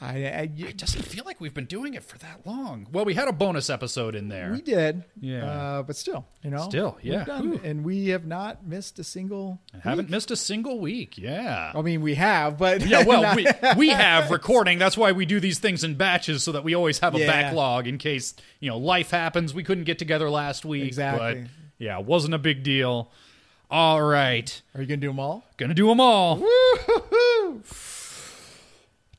[SPEAKER 2] I, I,
[SPEAKER 1] It doesn't feel like we've been doing it for that long. Well, we had a bonus episode in there.
[SPEAKER 2] We did.
[SPEAKER 1] Yeah.
[SPEAKER 2] Uh, but still, you know.
[SPEAKER 1] Still,
[SPEAKER 2] we've
[SPEAKER 1] yeah.
[SPEAKER 2] done it,
[SPEAKER 1] Whew.
[SPEAKER 2] and we have not missed a single.
[SPEAKER 1] Haven't missed a single week. Yeah.
[SPEAKER 2] I mean, we have, but
[SPEAKER 1] Yeah, well, we, we have recording. That's why we do these things in batches so that we always have a
[SPEAKER 2] Yeah.
[SPEAKER 1] backlog in case, you know, life happens. We couldn't get together last week.
[SPEAKER 2] Exactly.
[SPEAKER 1] But yeah, it wasn't a big deal. All right.
[SPEAKER 2] are you gonna do them all?
[SPEAKER 1] Gonna do them all.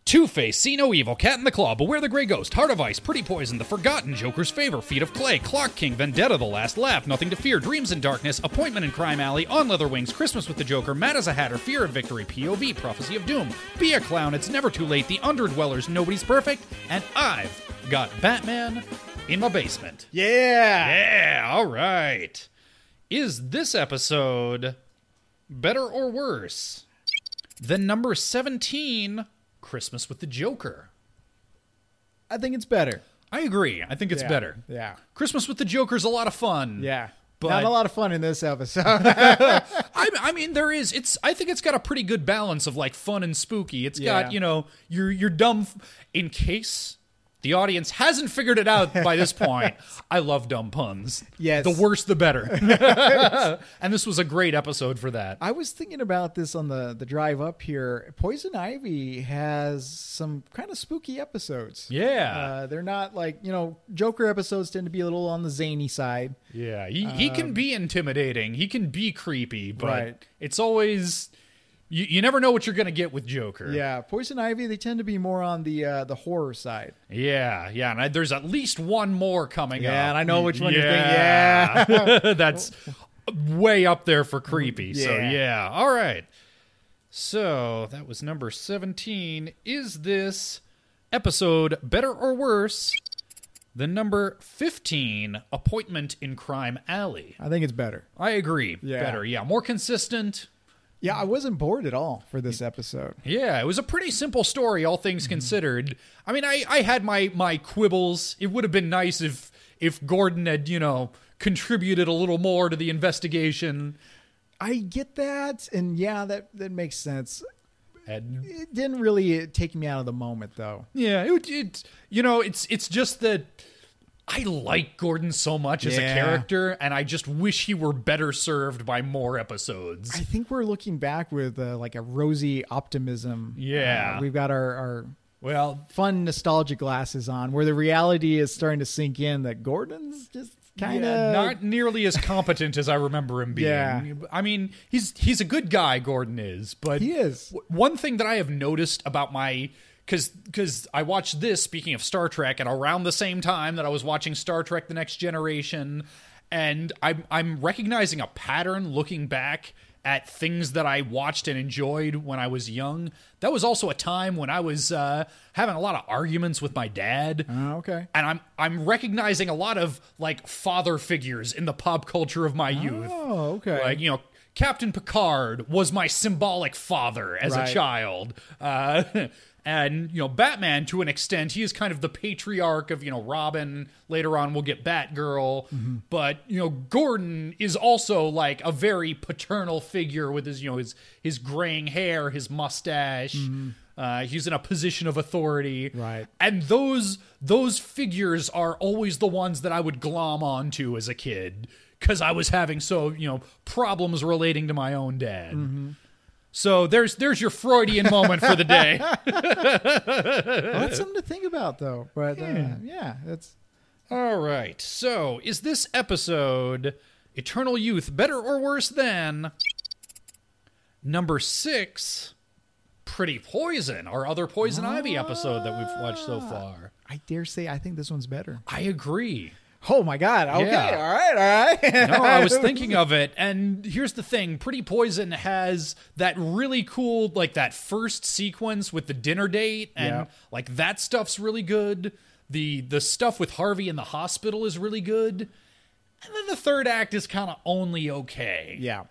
[SPEAKER 1] Two Face, See No Evil, Cat in the Claw, Beware the Grey Ghost, Heart of Ice, Pretty Poison, The Forgotten, Joker's Favor, Feet of Clay, Clock King, Vendetta, The Last Laugh, Nothing to Fear, Dreams in Darkness, Appointment in Crime Alley, On Leather Wings, Christmas with the Joker, Mad as a Hatter, Fear of Victory, POV, Prophecy of Doom, Be a Clown, It's Never Too Late, The Underdwellers, Nobody's Perfect, and I've got Batman in my basement.
[SPEAKER 2] Yeah.
[SPEAKER 1] Yeah, all right. Is this episode better or worse than number 17, Christmas with the Joker?
[SPEAKER 2] I think it's better.
[SPEAKER 1] I agree. I think it's
[SPEAKER 2] Yeah.
[SPEAKER 1] better.
[SPEAKER 2] Yeah.
[SPEAKER 1] Christmas with the Joker's a lot of fun.
[SPEAKER 2] Yeah.
[SPEAKER 1] But-
[SPEAKER 2] not a lot of fun in this episode.
[SPEAKER 1] I, I mean, there is. It's. I think it's got a pretty good balance of like fun and spooky. It's
[SPEAKER 2] Yeah.
[SPEAKER 1] got you know your your dumb. F- in case the audience hasn't figured it out by this point, I love dumb puns.
[SPEAKER 2] Yes.
[SPEAKER 1] the worse the better. and this was a great episode for that.
[SPEAKER 2] I was thinking about this on the the drive up here. Poison Ivy has some kind of spooky episodes.
[SPEAKER 1] Yeah.
[SPEAKER 2] Uh, they're not like you know Joker episodes tend to be a little on the zany side.
[SPEAKER 1] Yeah, he, he can be intimidating. He can be creepy, but
[SPEAKER 2] um, Right.
[SPEAKER 1] it's always you, you never know what you're going to get with Joker.
[SPEAKER 2] Yeah, Poison Ivy they tend to be more on the uh, the horror side.
[SPEAKER 1] yeah, yeah. And I, there's at least one more coming up.
[SPEAKER 2] Yeah, and I know which one
[SPEAKER 1] yeah.
[SPEAKER 2] you're thinking. Yeah.
[SPEAKER 1] that's way up there for creepy. So
[SPEAKER 2] Yeah.
[SPEAKER 1] yeah, all right. So that was number seventeen. Is this episode better or worse than number fifteen? Appointment in Crime Alley.
[SPEAKER 2] I think it's better.
[SPEAKER 1] I agree.
[SPEAKER 2] Yeah.
[SPEAKER 1] Better. Yeah, more consistent.
[SPEAKER 2] Yeah, I wasn't bored at all for this episode.
[SPEAKER 1] Yeah, it was a pretty simple story, all things considered. I mean, I, I had my my quibbles. It would have been nice if if Gordon had you know contributed a little more to the investigation.
[SPEAKER 2] I get that, and yeah, that that makes sense.
[SPEAKER 1] And
[SPEAKER 2] It didn't really take me out of the moment though.
[SPEAKER 1] yeah, it, it you know it's it's just that I like Gordon so much as a
[SPEAKER 2] Yeah.
[SPEAKER 1] character, and I just wish he were better served by more episodes.
[SPEAKER 2] I think we're looking back with uh, like a rosy optimism.
[SPEAKER 1] Yeah.
[SPEAKER 2] Uh, we've got our our
[SPEAKER 1] well,
[SPEAKER 2] fun nostalgia glasses on, where the reality is starting to sink in that Gordon's just kind of
[SPEAKER 1] yeah, not nearly as competent as I remember him being.
[SPEAKER 2] Yeah.
[SPEAKER 1] I mean, he's he's a good guy, Gordon is, but
[SPEAKER 2] He is.
[SPEAKER 1] w- one thing that I have noticed about my because because I watched this speaking of Star Trek and around the same time that I was watching Star Trek: The Next Generation. and I'm I'm recognizing a pattern looking back at things that I watched and enjoyed when I was young. That was also a time when I was uh, having a lot of arguments with my dad.
[SPEAKER 2] Oh, okay.
[SPEAKER 1] And I'm I'm recognizing a lot of like father figures in the pop culture of my youth.
[SPEAKER 2] Oh, okay.
[SPEAKER 1] Like you know, Captain Picard was my symbolic father as
[SPEAKER 2] Right.
[SPEAKER 1] a child. Uh, and you know, Batman to an extent, he is kind of the patriarch of you know Robin. Later on, we'll get Batgirl,
[SPEAKER 2] Mm-hmm.
[SPEAKER 1] but you know, Gordon is also like a very paternal figure with his you know his his graying hair, his mustache.
[SPEAKER 2] Mm-hmm.
[SPEAKER 1] Uh, he's in a position of authority,
[SPEAKER 2] Right.
[SPEAKER 1] And those those figures are always the ones that I would glom onto as a kid because I was having so you know problems relating to my own dad. So there's there's your Freudian moment for the day.
[SPEAKER 2] Well, that's something to think about, though. But uh, yeah, that's
[SPEAKER 1] All right. So is this episode Eternal Youth better or worse than number six? Pretty Poison, our other Poison Ivy episode that we've watched so far.
[SPEAKER 2] I dare say I think this one's better.
[SPEAKER 1] I agree.
[SPEAKER 2] Oh my god. Okay.
[SPEAKER 1] Yeah.
[SPEAKER 2] All right. All right.
[SPEAKER 1] No, I was thinking of it, and here's the thing: Pretty Poison has that really cool, like that first sequence with the dinner date, and
[SPEAKER 2] Yeah.
[SPEAKER 1] like that stuff's really good. the The stuff with Harvey in the hospital is really good, and then the third act is kind of only okay.
[SPEAKER 2] yeah.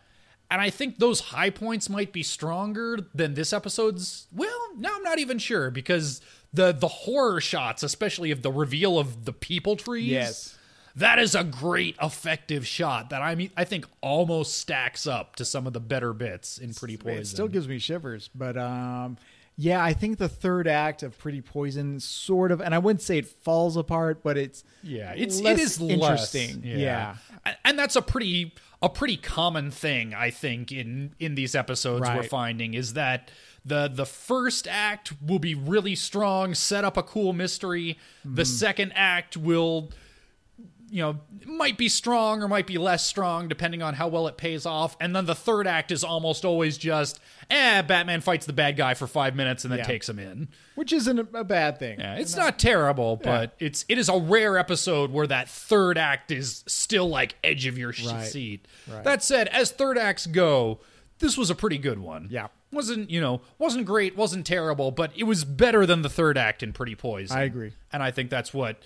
[SPEAKER 1] and I think those high points might be stronger than this episode's. Well, no, I'm not even sure because the the horror shots, especially of the reveal of the people trees,
[SPEAKER 2] Yes.
[SPEAKER 1] that is a great effective shot that I mean I think almost stacks up to some of the better bits in Pretty Poison.
[SPEAKER 2] It still gives me shivers, but um, yeah, I think the third act of Pretty Poison sort of, and I wouldn't say it falls apart, but it's
[SPEAKER 1] yeah, it's
[SPEAKER 2] less
[SPEAKER 1] it is less.
[SPEAKER 2] interesting. yeah.
[SPEAKER 1] A- and that's a pretty a pretty common thing I think in in these episodes we're
[SPEAKER 2] Right.
[SPEAKER 1] finding is that the the first act will be really strong, set up a cool mystery.
[SPEAKER 2] Mm-hmm.
[SPEAKER 1] The second act will you know might be strong or might be less strong depending on how well it pays off and then the third act is almost always just eh batman fights the bad guy for five minutes and then
[SPEAKER 2] Yeah.
[SPEAKER 1] takes him in
[SPEAKER 2] which isn't a, a bad thing.
[SPEAKER 1] yeah, it's not terrible, but it's it is a rare episode where that third act is still like edge of your sh-
[SPEAKER 2] Right.
[SPEAKER 1] seat. That said, as third acts go, this was a pretty good one.
[SPEAKER 2] Yeah.
[SPEAKER 1] wasn't you know wasn't great, wasn't terrible, but it was better than the third act in Pretty Poison.
[SPEAKER 2] I agree.
[SPEAKER 1] and I think that's what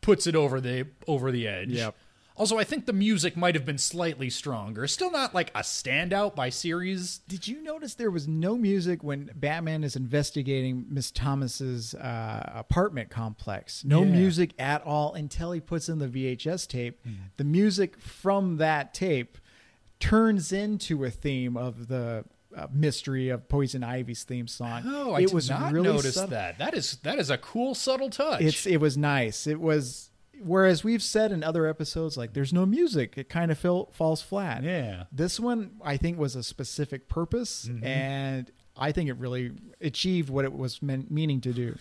[SPEAKER 1] puts it over the over the edge.
[SPEAKER 2] Yep.
[SPEAKER 1] Also, I think the music might have been slightly stronger. Still not like a standout by series.
[SPEAKER 2] Did you notice there was no music when Batman is investigating Miss Thomas's uh, apartment complex? No music at all until he puts in the VHS tape.
[SPEAKER 1] Hmm.
[SPEAKER 2] The music from that tape turns into a theme of the uh, mystery of Poison Ivy's theme song.
[SPEAKER 1] Oh, I
[SPEAKER 2] it
[SPEAKER 1] did
[SPEAKER 2] was
[SPEAKER 1] not
[SPEAKER 2] really
[SPEAKER 1] notice
[SPEAKER 2] subtle.
[SPEAKER 1] that. That is that is a cool subtle touch.
[SPEAKER 2] It's it was nice. It was whereas we've said in other episodes like there's no music, it kind of fell, falls flat.
[SPEAKER 1] Yeah. Mm-hmm.
[SPEAKER 2] This one I think was a specific purpose and I think it really achieved what it was meant, meaning to do.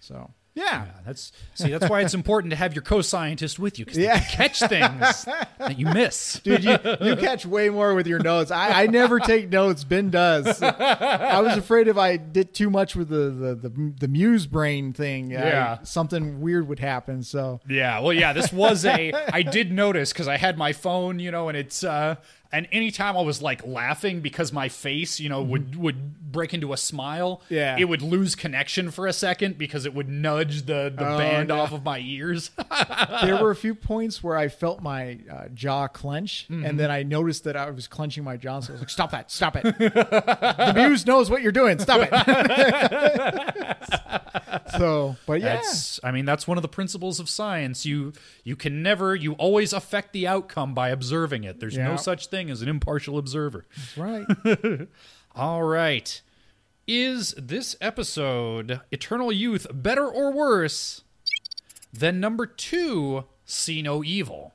[SPEAKER 2] So, yeah.
[SPEAKER 1] Yeah, that's see. That's why it's important to have your co-scientist with you because they can catch things that you miss.
[SPEAKER 2] Dude, you, you catch way more with your notes. I, I never take notes. Ben does. I was afraid if I did too much with the the, the, the muse brain thing, I-
[SPEAKER 1] Yeah.
[SPEAKER 2] something weird would happen. So
[SPEAKER 1] Yeah, well, yeah. This was a. I did notice because I had my phone, you know, and it's. uh And anytime I was like laughing because my face, you know, would would break into a smile.
[SPEAKER 2] Mm-hmm. Yeah.
[SPEAKER 1] it would lose connection for a second because it would nudge the the
[SPEAKER 2] Oh,
[SPEAKER 1] band off of my ears.
[SPEAKER 2] there were a few points where I felt my uh, jaw clench,
[SPEAKER 1] Mm-hmm.
[SPEAKER 2] and then I noticed that I was clenching my jaw. So I was like, "Stop that! Stop it! the muse knows what you're doing. Stop it!" so, but yeah,
[SPEAKER 1] That's. I mean, that's one of the principles of science. You you can never. You always affect the outcome by observing it. There's
[SPEAKER 2] Yeah.
[SPEAKER 1] no such thing as an impartial observer.
[SPEAKER 2] right.
[SPEAKER 1] All right. Is this episode, Eternal Youth, better or worse than number two, See No Evil?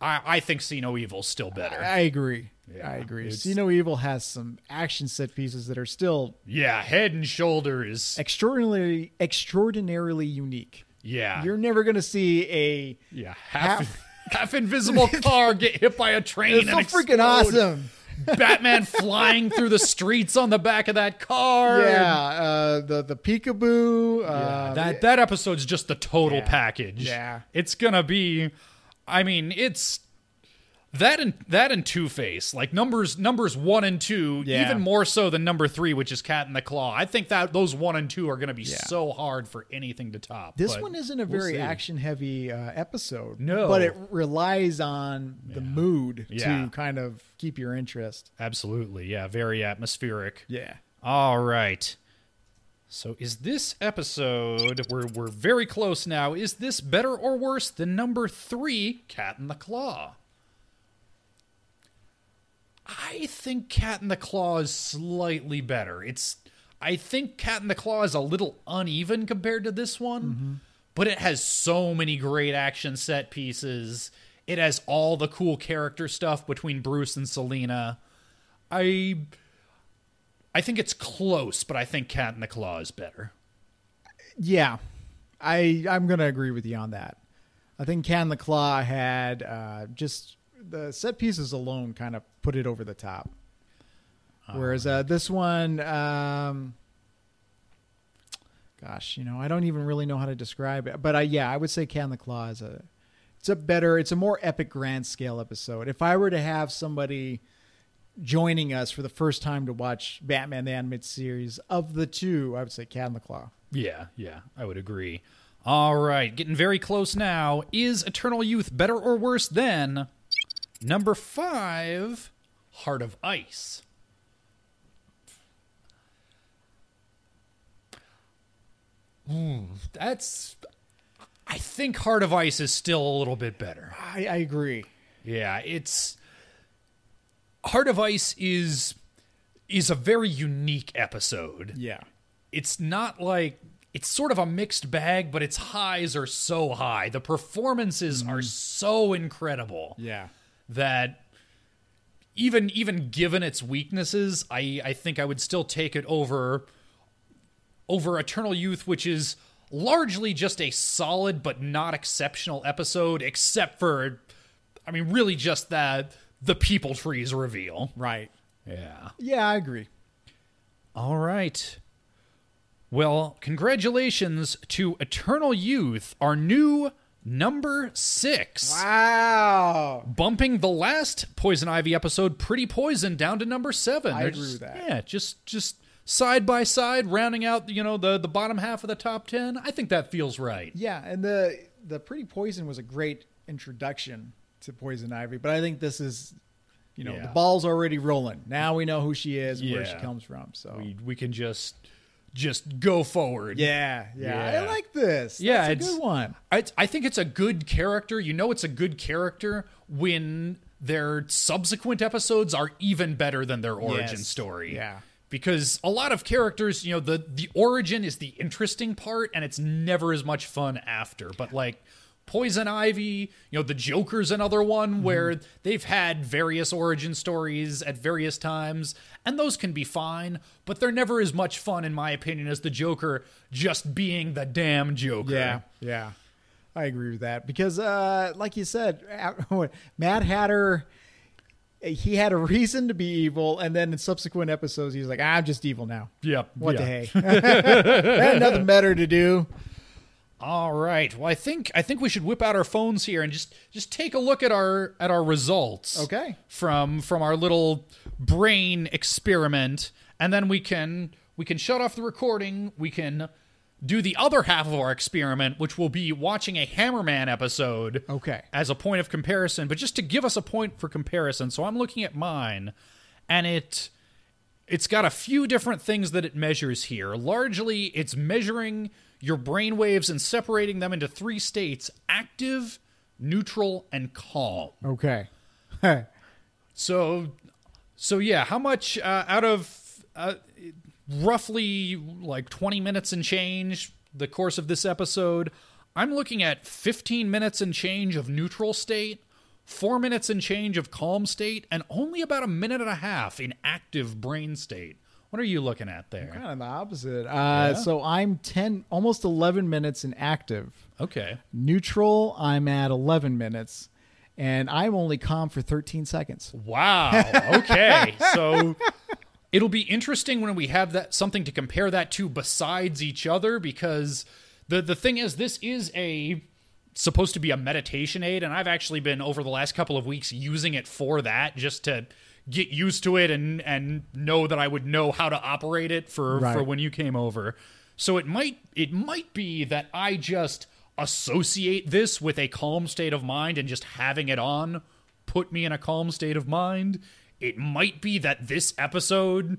[SPEAKER 1] I, I think See No Evil's still better.
[SPEAKER 2] I agree. I agree.
[SPEAKER 1] it's-
[SPEAKER 2] See No Evil has some action set pieces that are still
[SPEAKER 1] Yeah, head and shoulders.
[SPEAKER 2] extraordinarily, extraordinarily unique.
[SPEAKER 1] Yeah.
[SPEAKER 2] You're never gonna see a
[SPEAKER 1] yeah. Half, half invisible car get hit by a train.
[SPEAKER 2] it's so
[SPEAKER 1] and
[SPEAKER 2] freaking
[SPEAKER 1] explode.
[SPEAKER 2] awesome.
[SPEAKER 1] Batman flying through the streets on the back of that car.
[SPEAKER 2] Yeah, uh, the the peekaboo. Uh,
[SPEAKER 1] that that episode's just the total package.
[SPEAKER 2] Yeah.
[SPEAKER 1] It's gonna be I mean, it's that and that and Two Face, like numbers numbers one and two,
[SPEAKER 2] Yeah.
[SPEAKER 1] even more so than number three, which is Cat in the Claw. I think that those one and two are going to be so hard for anything to top.
[SPEAKER 2] This
[SPEAKER 1] but
[SPEAKER 2] one isn't a
[SPEAKER 1] we'll
[SPEAKER 2] very
[SPEAKER 1] see.
[SPEAKER 2] action heavy uh, episode.
[SPEAKER 1] No.
[SPEAKER 2] But it relies on the mood
[SPEAKER 1] Yeah.
[SPEAKER 2] to kind of keep your interest.
[SPEAKER 1] Absolutely, yeah, very atmospheric.
[SPEAKER 2] Yeah.
[SPEAKER 1] All right. So is this episode we're we're very close now, is this better or worse than number 3, Cat in the Claw? I think Cat in the Claw is slightly better. It's I think Cat in the Claw is a little uneven compared to this one, but it has so many great action set pieces. It has all the cool character stuff between Bruce and Selena. I I think it's close, but I think Cat in the Claw is better.
[SPEAKER 2] Yeah. I I'm gonna agree with you on that. I think Can the Claw had uh, just the set pieces alone kind of put it over the top. Whereas uh, this one, um, gosh, you know, I don't even really know how to describe it. But I, yeah, I would say Can the Claw is a, it's a better, it's a more epic grand scale episode. If I were to have somebody joining us for the first time to watch Batman the Animated Series of the two, I would say Can the Claw.
[SPEAKER 1] Yeah, yeah, I would agree. All right, getting very close now. Is Eternal Youth better or worse than number five, Heart of Ice? Hmm, that's. I think Heart of Ice is still a little bit better.
[SPEAKER 2] I, I agree.
[SPEAKER 1] Yeah, it's Heart of Ice is is a very unique episode.
[SPEAKER 2] Yeah.
[SPEAKER 1] It's not like it's sort of a mixed bag, but its highs are so high. The performances are so incredible
[SPEAKER 2] Yeah.
[SPEAKER 1] that even even given its weaknesses, I I think I would still take it over over Eternal Youth, which is largely just a solid but not exceptional episode, except for I mean, really just that the people trees reveal.
[SPEAKER 2] Right.
[SPEAKER 1] Yeah.
[SPEAKER 2] Yeah, I agree.
[SPEAKER 1] All right. Well, congratulations to Eternal Youth, our new number six.
[SPEAKER 2] Wow.
[SPEAKER 1] bumping the last Poison Ivy episode, Pretty Poison, down to number seven.
[SPEAKER 2] I
[SPEAKER 1] They're
[SPEAKER 2] agree
[SPEAKER 1] just-
[SPEAKER 2] with that.
[SPEAKER 1] Yeah, just just side by side, rounding out you know the the bottom half of the top ten. I think that feels right.
[SPEAKER 2] Yeah, and the the pretty poison was a great introduction to poison ivy, but I think this is you know,
[SPEAKER 1] Yeah.
[SPEAKER 2] the ball's already rolling. Now we know who she is, and where she
[SPEAKER 1] Yeah.
[SPEAKER 2] comes from. So
[SPEAKER 1] We, we can just just go forward.
[SPEAKER 2] yeah, yeah, I
[SPEAKER 1] Yeah.
[SPEAKER 2] like this.
[SPEAKER 1] Yeah,
[SPEAKER 2] That's a
[SPEAKER 1] it's-
[SPEAKER 2] good one.
[SPEAKER 1] I, I think it's a good character. You know, it's a good character when their subsequent episodes are even better than their origin
[SPEAKER 2] Yes.
[SPEAKER 1] story.
[SPEAKER 2] Yeah.
[SPEAKER 1] Because a lot of characters, you know, the the origin is the interesting part, and it's never as much fun after. But like Poison Ivy, you know, the Joker's another
[SPEAKER 2] Mm-hmm.
[SPEAKER 1] one where they've had various origin stories at various times, and those can be fine, but they're never as much fun, in my opinion, as the Joker just being the damn Joker.
[SPEAKER 2] Yeah, yeah, I agree with that because, uh, like you said, Mad Hatter, he had a reason to be evil, and then in subsequent episodes, he's like, "I'm just evil now."
[SPEAKER 1] Yep.
[SPEAKER 2] What
[SPEAKER 1] yeah.
[SPEAKER 2] the hey? I had nothing better to do.
[SPEAKER 1] All right. Well, I think I think we should whip out our phones here and just just take a look at our at our results.
[SPEAKER 2] Okay.
[SPEAKER 1] From from our little brain experiment, and then we can we can shut off the recording. We can do the other half of our experiment, which will be watching a Hammerman episode.
[SPEAKER 2] Okay.
[SPEAKER 1] As a point of comparison, but just to give us a point for comparison. So I'm looking at mine, and it it's got a few different things that it measures here. Largely, it's measuring your brain waves and separating them into three states active, neutral, and calm.
[SPEAKER 2] Okay.
[SPEAKER 1] So, so yeah, how much uh, out of uh, roughly like 20 minutes and change the course of this episode? I'm looking at 15 minutes and change of neutral state, four minutes and change of calm state, and only about a minute and a half in active brain state. What are you looking at there?
[SPEAKER 2] kind of the opposite. Uh, So I'm ten, almost eleven minutes in active.
[SPEAKER 1] Okay.
[SPEAKER 2] Neutral, I'm at eleven minutes, and I'm only calm for thirteen seconds.
[SPEAKER 1] Wow. Okay. so it'll be interesting when we have that something to compare that to besides each other because the the thing is this is a supposed to be a meditation aid, and I've actually been over the last couple of weeks using it for that just to get used to it and and know that I would know how to operate it for for
[SPEAKER 2] Right.
[SPEAKER 1] when you came over. So it might it might be that I just associate this with a calm state of mind and just having it on put me in a calm state of mind. It might be that this episode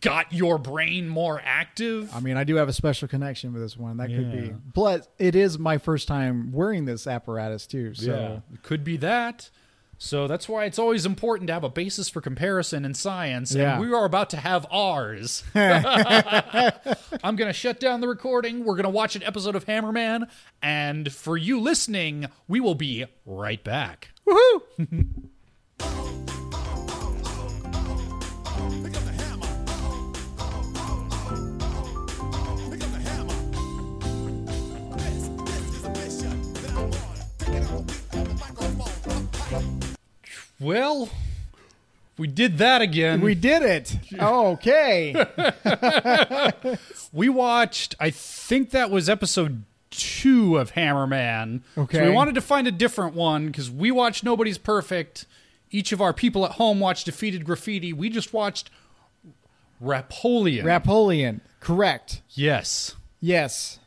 [SPEAKER 1] got your brain more active.
[SPEAKER 2] I mean, I do have a special connection with this one. That could be. But it is my first time wearing this apparatus too. So
[SPEAKER 1] It could be that. So that's why it's always important to have a basis for comparison in science.
[SPEAKER 2] Yeah.
[SPEAKER 1] And we are about to have ours. I'm going to shut down the recording. We're going to watch an episode of Hammerman. And for you listening, we will be right back.
[SPEAKER 6] Pick up the hammer. Pick up the hammer. This, this is a mission that I'm on. Pick it up, beat up the microphone. Up tight.
[SPEAKER 1] Well, we did that again.
[SPEAKER 2] we did it. Okay.
[SPEAKER 1] We watched, I think that was episode two of Hammerman.
[SPEAKER 2] Okay.
[SPEAKER 1] So we wanted to find a different one because we watched Nobody's Perfect. Each of our people at home watched Defeated Graffiti. We just watched Rapolian.
[SPEAKER 2] Rapolian. Correct.
[SPEAKER 1] yes.
[SPEAKER 2] Yes.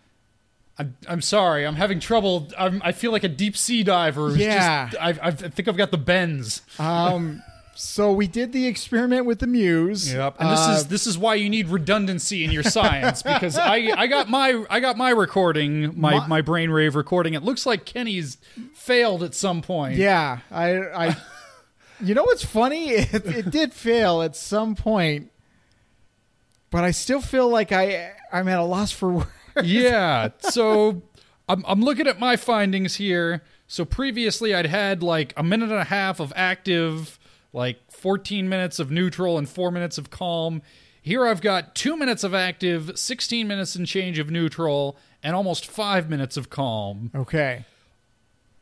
[SPEAKER 1] I'm, I'm sorry. I'm having trouble. I'm, I feel like a deep sea diver. who's
[SPEAKER 2] Yeah.
[SPEAKER 1] Just, I've, I've, I think I've got the bends.
[SPEAKER 2] So we did the experiment with the muse.
[SPEAKER 1] And this
[SPEAKER 2] Uh,
[SPEAKER 1] is this is why you need redundancy in your science because I, I got my I got my recording my, my brainwave recording. It looks like Kenny's failed at some point.
[SPEAKER 2] yeah. I. I. you know what's funny? It, it did fail at some point, but I still feel like I I'm at a loss for words.
[SPEAKER 1] yeah. So I'm, I'm looking at my findings here. So previously I'd had like a minute and a half of active, like 14 minutes of neutral, and four minutes of calm. Here I've got two minutes of active, 16 minutes and change of neutral, and almost five minutes of calm.
[SPEAKER 2] Okay.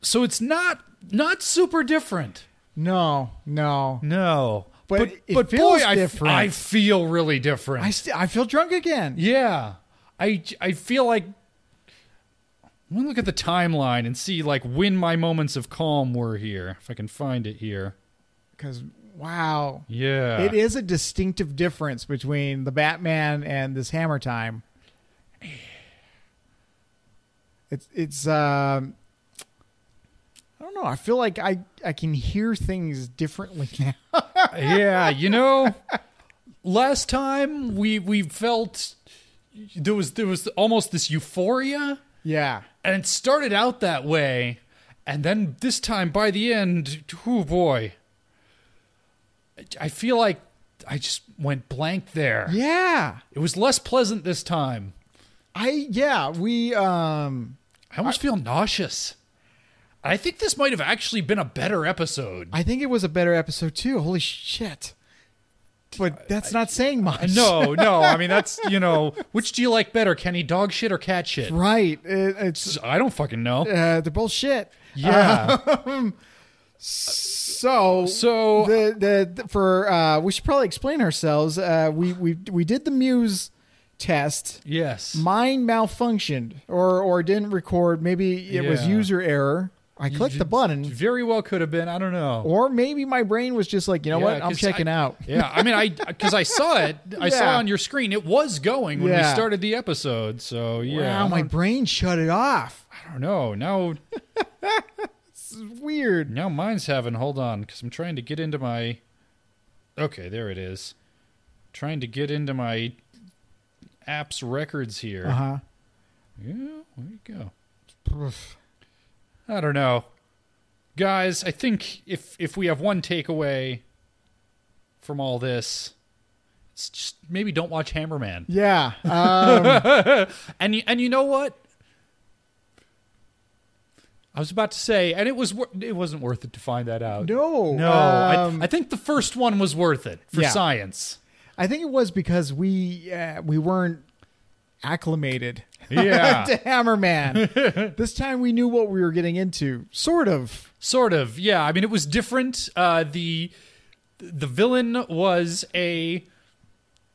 [SPEAKER 1] So it's not not super different.
[SPEAKER 2] No. No.
[SPEAKER 1] Hmm. No.
[SPEAKER 2] But
[SPEAKER 1] but,
[SPEAKER 2] it
[SPEAKER 1] but
[SPEAKER 2] feels
[SPEAKER 1] boy, I f-
[SPEAKER 2] different.
[SPEAKER 1] I, feel really different.
[SPEAKER 2] I st- I feel drunk again.
[SPEAKER 1] Yeah. I I feel like I'm gonna look at the timeline and see like when my moments of calm were here, if I can find it here.
[SPEAKER 2] Because wow.
[SPEAKER 1] Yeah.
[SPEAKER 2] It is a distinctive difference between the Batman and this Hammer Time. It's it's um I don't know. I feel like I I can hear things differently now.
[SPEAKER 1] yeah, you know, last time we we felt there was there was almost this euphoria
[SPEAKER 2] yeah.
[SPEAKER 1] and it started out that way and then this time by the end, oh boy. I- I feel like I just went blank there.
[SPEAKER 2] Yeah.
[SPEAKER 1] It was less pleasant this time.
[SPEAKER 2] I yeah, we um
[SPEAKER 1] I almost feel nauseous. I think this might have actually been a better episode.
[SPEAKER 2] I think it was a better episode too. Holy shit. But that's not saying much.
[SPEAKER 1] no, no. I mean, that's, you know, which do you like better, Kenny? Dog shit or cat shit?
[SPEAKER 2] Right. It, it's
[SPEAKER 1] I don't fucking know.
[SPEAKER 2] uh, they're both shit.
[SPEAKER 1] Yeah.
[SPEAKER 2] So
[SPEAKER 1] So-
[SPEAKER 2] the, the, the- for uh, we should probably explain ourselves. Uh, we we we did the muse test.
[SPEAKER 1] yes.
[SPEAKER 2] Mine malfunctioned or or didn't record. Maybe it was
[SPEAKER 1] Yeah.
[SPEAKER 2] user error. I clicked the button,
[SPEAKER 1] Very well could have been. I don't know.
[SPEAKER 2] or maybe my brain was just like, you know
[SPEAKER 1] Yeah,
[SPEAKER 2] what, I'm
[SPEAKER 1] 'cause
[SPEAKER 2] checking
[SPEAKER 1] I-
[SPEAKER 2] out.
[SPEAKER 1] yeah. I mean, I, because I saw it, I saw
[SPEAKER 2] Yeah.
[SPEAKER 1] on your screen, it was going when we
[SPEAKER 2] Yeah.
[SPEAKER 1] started the episode. So, yeah.
[SPEAKER 2] Wow, my brain shut it off.
[SPEAKER 1] I don't know. Now,
[SPEAKER 2] Weird.
[SPEAKER 1] now mine's having, hold on, because I'm trying to get into my, okay, there it is. Trying to get into my apps records here.
[SPEAKER 2] Uh huh.
[SPEAKER 1] Yeah, there you go. I don't know. Guys, I think if if we have one takeaway from all this, it's just maybe don't watch Hammerman.
[SPEAKER 2] Yeah. Uh,
[SPEAKER 1] And you, and you know what? I was about to say, and it was wor- it wasn't worth it to find that out.
[SPEAKER 2] no.
[SPEAKER 1] no. I-
[SPEAKER 2] um,
[SPEAKER 1] I, think the first one was worth it for
[SPEAKER 2] Yeah.
[SPEAKER 1] science.
[SPEAKER 2] I think it was because we uh, we weren't acclimated.
[SPEAKER 1] Yeah.
[SPEAKER 2] to Hammerman. this time we knew what we were getting into, sort of.
[SPEAKER 1] Sort of, yeah. I mean, it was different. Uh, the the villain was a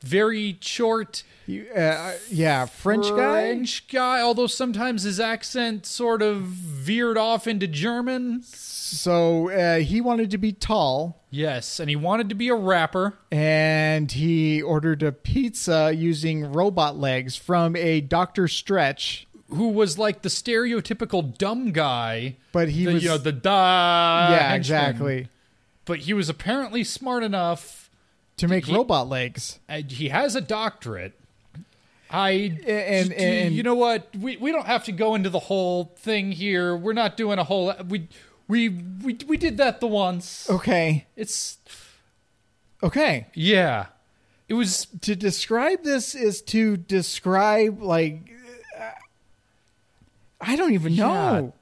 [SPEAKER 1] very short
[SPEAKER 2] You, uh, yeah, French guy.
[SPEAKER 1] French guy, although sometimes his accent sort of veered off into German.
[SPEAKER 2] So uh, he wanted to be tall,
[SPEAKER 1] Yes, and he wanted to be a rapper.
[SPEAKER 2] and he ordered a pizza using robot legs from a Doctor Stretch.
[SPEAKER 1] who was like the stereotypical dumb guy.
[SPEAKER 2] But he
[SPEAKER 1] the,
[SPEAKER 2] was-
[SPEAKER 1] you know, the da.
[SPEAKER 2] yeah,
[SPEAKER 1] henchman.
[SPEAKER 2] exactly.
[SPEAKER 1] But he was apparently smart enough.
[SPEAKER 2] To make
[SPEAKER 1] he-
[SPEAKER 2] robot legs.
[SPEAKER 1] And he has a doctorate. I
[SPEAKER 2] and-
[SPEAKER 1] d-
[SPEAKER 2] and-
[SPEAKER 1] you know what? We we don't have to go into the whole thing here. We're not doing a whole. We we we we did that the once.
[SPEAKER 2] Oh. Okay.
[SPEAKER 1] It's
[SPEAKER 2] Okay.
[SPEAKER 1] yeah. It was
[SPEAKER 2] To describe this is to describe like uh, I don't even know.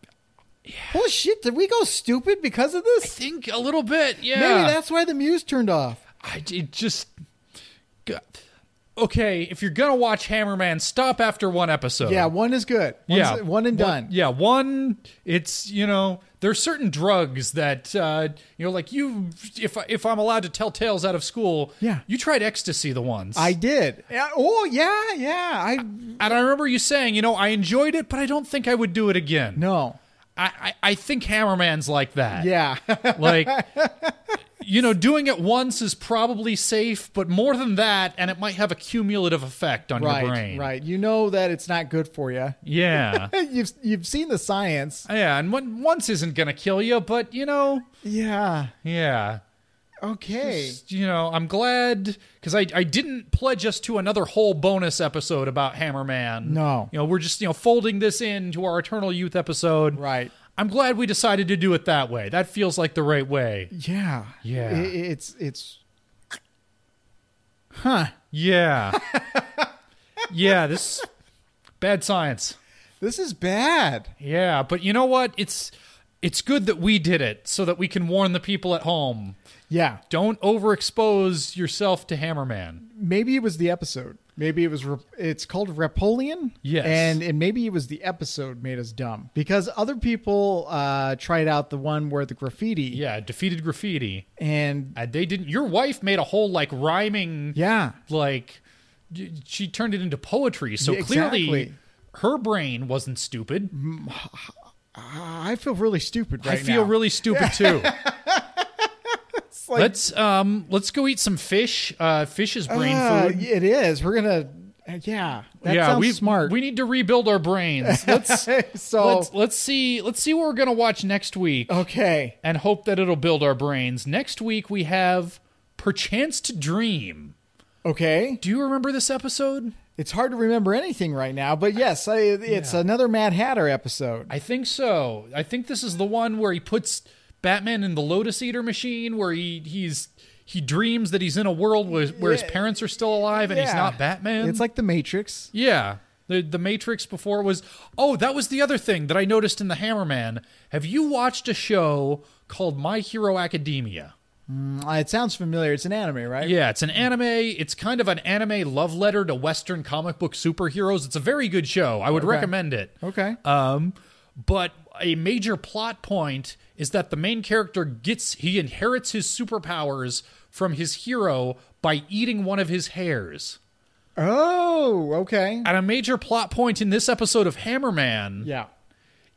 [SPEAKER 2] Holy shit! Did we go stupid because of
[SPEAKER 1] I
[SPEAKER 2] this?
[SPEAKER 1] think a little bit. Yeah.
[SPEAKER 2] Maybe that's why the muse turned off.
[SPEAKER 1] I it just g- okay. If you're gonna watch Hammerman, stop after one episode.
[SPEAKER 2] Yeah, one is good. One's-
[SPEAKER 1] yeah,
[SPEAKER 2] one and done.
[SPEAKER 1] yeah, one. It's you know there's certain drugs that uh, you know like you if I, if I'm allowed to tell tales out of school.
[SPEAKER 2] Yeah.
[SPEAKER 1] you tried ecstasy the once.
[SPEAKER 2] I did. Yeah, Oh yeah, yeah. I
[SPEAKER 1] and I remember you saying you know I enjoyed it, but I don't think I would do it again.
[SPEAKER 2] no.
[SPEAKER 1] I I, I think Hammerman's like that.
[SPEAKER 2] Yeah,
[SPEAKER 1] like you know doing it once is probably safe, but more than that, and it might have a cumulative effect on your
[SPEAKER 2] right,
[SPEAKER 1] brain.
[SPEAKER 2] right. You know that it's not good for you.
[SPEAKER 1] Yeah.
[SPEAKER 2] You've you've seen the science.
[SPEAKER 1] Yeah, and one, once isn't gonna kill you, but you know,
[SPEAKER 2] Yeah.
[SPEAKER 1] yeah,
[SPEAKER 2] Okay.
[SPEAKER 1] you know, I'm glad because I, I didn't pledge us to another whole bonus episode about Hammerman.
[SPEAKER 2] No.
[SPEAKER 1] you know, we're just you know folding this into our Eternal Youth episode.
[SPEAKER 2] Right.
[SPEAKER 1] I'm glad we decided to do it that way. That feels like the right way.
[SPEAKER 2] Yeah.
[SPEAKER 1] Yeah.
[SPEAKER 2] I- I- it's it's
[SPEAKER 1] Yeah. yeah. This bad science.
[SPEAKER 2] this is bad.
[SPEAKER 1] Yeah, but you know what? It's it's good that we did it so that we can warn the people at home.
[SPEAKER 2] Yeah.
[SPEAKER 1] Don't overexpose yourself to Hammerman.
[SPEAKER 2] Maybe it was the episode. Maybe it was. Rep- It's called Repolian.
[SPEAKER 1] Yes.
[SPEAKER 2] And and maybe it was the episode made us dumb because other people uh tried out the one where the graffiti.
[SPEAKER 1] Yeah, defeated graffiti.
[SPEAKER 2] And
[SPEAKER 1] Uh, they didn't. Your wife made a whole like rhyming.
[SPEAKER 2] yeah.
[SPEAKER 1] Like y- she turned it into poetry. So
[SPEAKER 2] Yeah,
[SPEAKER 1] clearly,
[SPEAKER 2] exactly.
[SPEAKER 1] her brain wasn't stupid.
[SPEAKER 2] I feel really stupid
[SPEAKER 1] I
[SPEAKER 2] right
[SPEAKER 1] feel
[SPEAKER 2] now.
[SPEAKER 1] really stupid too.
[SPEAKER 2] like-
[SPEAKER 1] let's um let's go eat some fish. Uh, fish is brain
[SPEAKER 2] Uh,
[SPEAKER 1] food.
[SPEAKER 2] It is. We're gonna. uh, Yeah. That
[SPEAKER 1] yeah,
[SPEAKER 2] sounds
[SPEAKER 1] we
[SPEAKER 2] smart.
[SPEAKER 1] We need to rebuild our brains. Let's
[SPEAKER 2] so
[SPEAKER 1] let's let's see let's see what we're gonna watch next
[SPEAKER 2] Oh.
[SPEAKER 1] week
[SPEAKER 2] okay.
[SPEAKER 1] and hope that it'll build our brains. Next week we have Perchance to Dream.
[SPEAKER 2] Okay.
[SPEAKER 1] Do you remember this episode?
[SPEAKER 2] It's hard to remember anything right now, but yes, I, it's another Mad Hatter episode.
[SPEAKER 1] I think so. I think this is the one where he puts Batman in the Lotus Eater machine, where he he's he dreams that he's in a world where, where his parents are still alive and he's
[SPEAKER 2] Yeah.
[SPEAKER 1] not Batman.
[SPEAKER 2] It's like The Matrix.
[SPEAKER 1] yeah, the the Matrix before was. Oh, that was the other thing that I noticed in the Hammerman. Have you watched a show called My Hero Academia?
[SPEAKER 2] Uh, It sounds familiar. It's an anime, right?
[SPEAKER 1] Yeah, it's an anime. It's kind of an anime love letter to Western comic book superheroes. It's a very good show. I would recommend it.
[SPEAKER 2] Okay.
[SPEAKER 1] Um, but a major plot point is that the main character gets he inherits his superpowers from his hero by eating one of his hairs.
[SPEAKER 2] oh, okay.
[SPEAKER 1] And a major plot point in this episode of Hammerman
[SPEAKER 2] Yeah.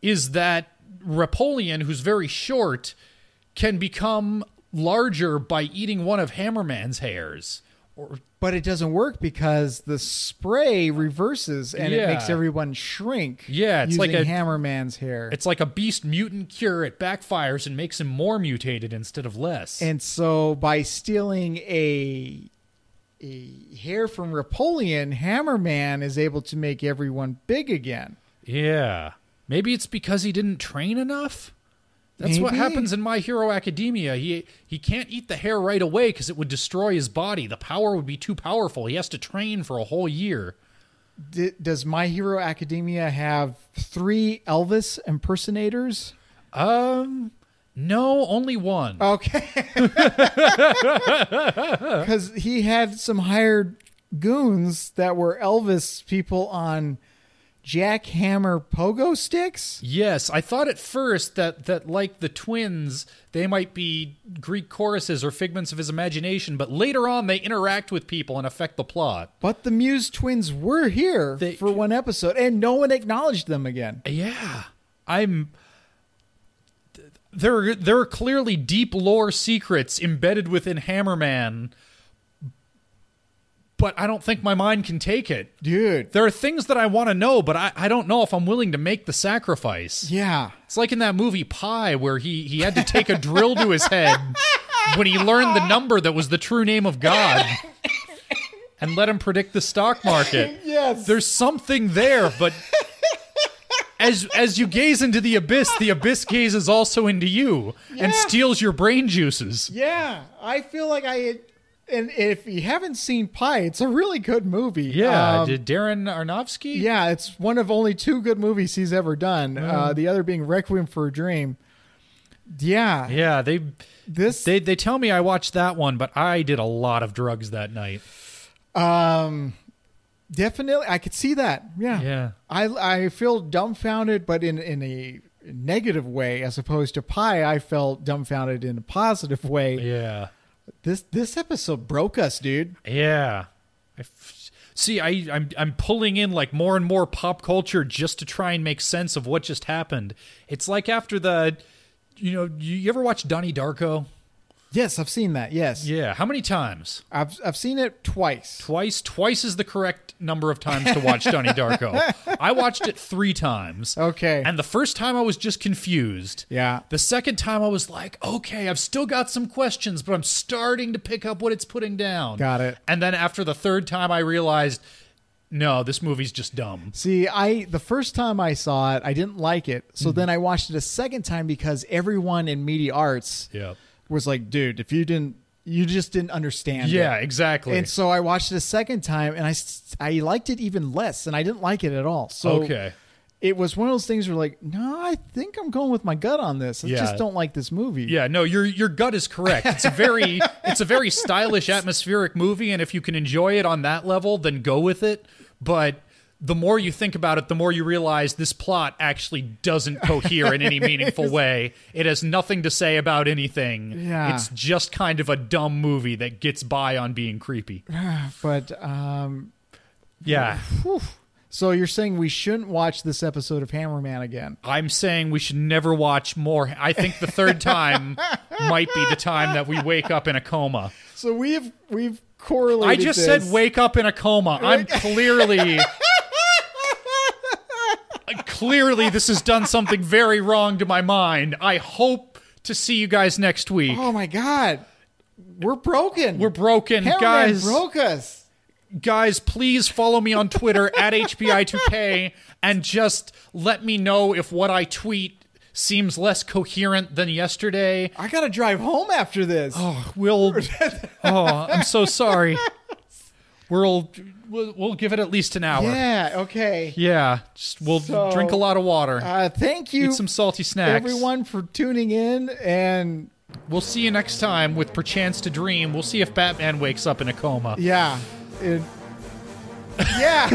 [SPEAKER 1] is that Rapolian, who's very short, can become larger by eating one of Hammerman's hairs.
[SPEAKER 2] But it doesn't work because the spray reverses and
[SPEAKER 1] Yeah.
[SPEAKER 2] it makes everyone shrink.
[SPEAKER 1] Yeah, it's like
[SPEAKER 2] using
[SPEAKER 1] a-
[SPEAKER 2] Hammerman's hair.
[SPEAKER 1] It's like a beast mutant cure. It backfires and makes him more mutated instead of less.
[SPEAKER 2] and so by stealing a a hair from Rapolian, Hammerman is able to make everyone big again.
[SPEAKER 1] Yeah. Maybe it's because he didn't train enough. That's what
[SPEAKER 2] Maybe.
[SPEAKER 1] happens in My Hero Academia. He he can't eat the hair right away because it would destroy his body. The power would be too powerful. He has to train for a whole year.
[SPEAKER 2] D- does My Hero Academia have three Elvis impersonators?
[SPEAKER 1] Um, no, only one.
[SPEAKER 2] Okay. Because he had some hired goons that were Elvis people on jackhammer pogo sticks?
[SPEAKER 1] Yes, I thought at first that that like the twins, they might be Greek choruses or figments of his imagination, but later on they interact with people and affect the plot.
[SPEAKER 2] But the Muse twins were here
[SPEAKER 1] They-
[SPEAKER 2] for one episode and no one acknowledged them again.
[SPEAKER 1] Yeah. I'm there are, there are clearly deep lore secrets embedded within Hammerman, but I don't think my mind can take it.
[SPEAKER 2] Dude.
[SPEAKER 1] There are things that I want to know, but I, I don't know if I'm willing to make the sacrifice.
[SPEAKER 2] Yeah.
[SPEAKER 1] It's like in that movie Pie, where he he had to take a drill to his head when he learned the number that was the true name of God, and let him predict the stock market.
[SPEAKER 2] Yes.
[SPEAKER 1] There's something there, but as as you gaze into the abyss, the abyss gazes also into you and steals your brain juices.
[SPEAKER 2] Yeah, I feel like I. And if you haven't seen Pie, it's a really good movie.
[SPEAKER 1] Yeah,
[SPEAKER 2] Um,
[SPEAKER 1] did Darren Aronofsky?
[SPEAKER 2] yeah, it's one of only two good movies he's ever done. Uh, the other being Requiem for a Dream. Yeah,
[SPEAKER 1] yeah. They
[SPEAKER 2] this
[SPEAKER 1] they they tell me I watched that one, but I did a lot of drugs that night.
[SPEAKER 2] um definitely I could see that. Yeah,
[SPEAKER 1] Yeah.
[SPEAKER 2] I I feel dumbfounded, but in in a negative way as opposed to Pie. I felt dumbfounded in a positive way.
[SPEAKER 1] Yeah.
[SPEAKER 2] This this episode broke us, dude.
[SPEAKER 1] Yeah. I f- see. I I'm I'm pulling in like more and more pop culture just to try and make sense of what just happened. It's like after the, you know, you, you ever watch Donnie Darko?
[SPEAKER 2] Yes, I've seen that. Yes,
[SPEAKER 1] Yeah. How many times?
[SPEAKER 2] I've I've seen it twice.
[SPEAKER 1] Twice. Twice is the correct number of times to watch Donnie Darko. I watched it three times.
[SPEAKER 2] Okay.
[SPEAKER 1] And the first time I was just confused.
[SPEAKER 2] Yeah.
[SPEAKER 1] The second time I was like, okay, I've still got some questions, but I'm starting to pick up what it's putting down.
[SPEAKER 2] Got it.
[SPEAKER 1] And then after the third time, I realized, no, this movie's just dumb.
[SPEAKER 2] See, I the first time I saw it, I didn't like it. So
[SPEAKER 1] Mm-hmm.
[SPEAKER 2] then I watched it a second time because everyone in media arts
[SPEAKER 1] Yeah.
[SPEAKER 2] was like, "Dude, if you didn't, you just didn't understand." it."
[SPEAKER 1] Yeah, exactly.
[SPEAKER 2] And so I watched it a second time, and I s- I liked it even less, and I didn't like it at all. So
[SPEAKER 1] okay.
[SPEAKER 2] it was one of those things where like, no, I think I'm going with my gut on this. I
[SPEAKER 1] Yeah.
[SPEAKER 2] just don't like this movie.
[SPEAKER 1] Yeah, no, your your gut is correct. It's a very it's a very stylish, atmospheric movie, and if you can enjoy it on that level, then go with it. But the more you think about it, the more you realize this plot actually doesn't cohere in any meaningful way. It has nothing to say about anything.
[SPEAKER 2] Yeah.
[SPEAKER 1] It's just kind of a dumb movie that gets by on being creepy.
[SPEAKER 2] But um,
[SPEAKER 1] Yeah.
[SPEAKER 2] whew. so you're saying we shouldn't watch this episode of Hammerman again?
[SPEAKER 1] I'm saying we should never watch more. I think the third time might be the time that we wake up in a coma.
[SPEAKER 2] So we've we've correlated.
[SPEAKER 1] I just
[SPEAKER 2] this.
[SPEAKER 1] said wake up in a coma. I'm clearly clearly this has done something very wrong to my mind. I hope to see you guys next week.
[SPEAKER 2] Oh my god. We're broken.
[SPEAKER 1] We're broken,
[SPEAKER 2] Hammerman
[SPEAKER 1] guys.
[SPEAKER 2] broke us.
[SPEAKER 1] Guys, please follow me on Twitter at HBI2K and just let me know if what I tweet seems less coherent than yesterday.
[SPEAKER 2] I gotta drive home after this.
[SPEAKER 1] We'll Oh, I'm so sorry. We'll we'll, we'll give it at least an hour.
[SPEAKER 2] yeah, okay.
[SPEAKER 1] Yeah, just we'll
[SPEAKER 2] So,
[SPEAKER 1] drink a lot of water,
[SPEAKER 2] Uh, thank you
[SPEAKER 1] eat some salty snacks.
[SPEAKER 2] everyone for tuning in and
[SPEAKER 1] We'll see you next time with Perchance to Dream. We'll see if Batman wakes up in a coma.
[SPEAKER 2] yeah. It, yeah.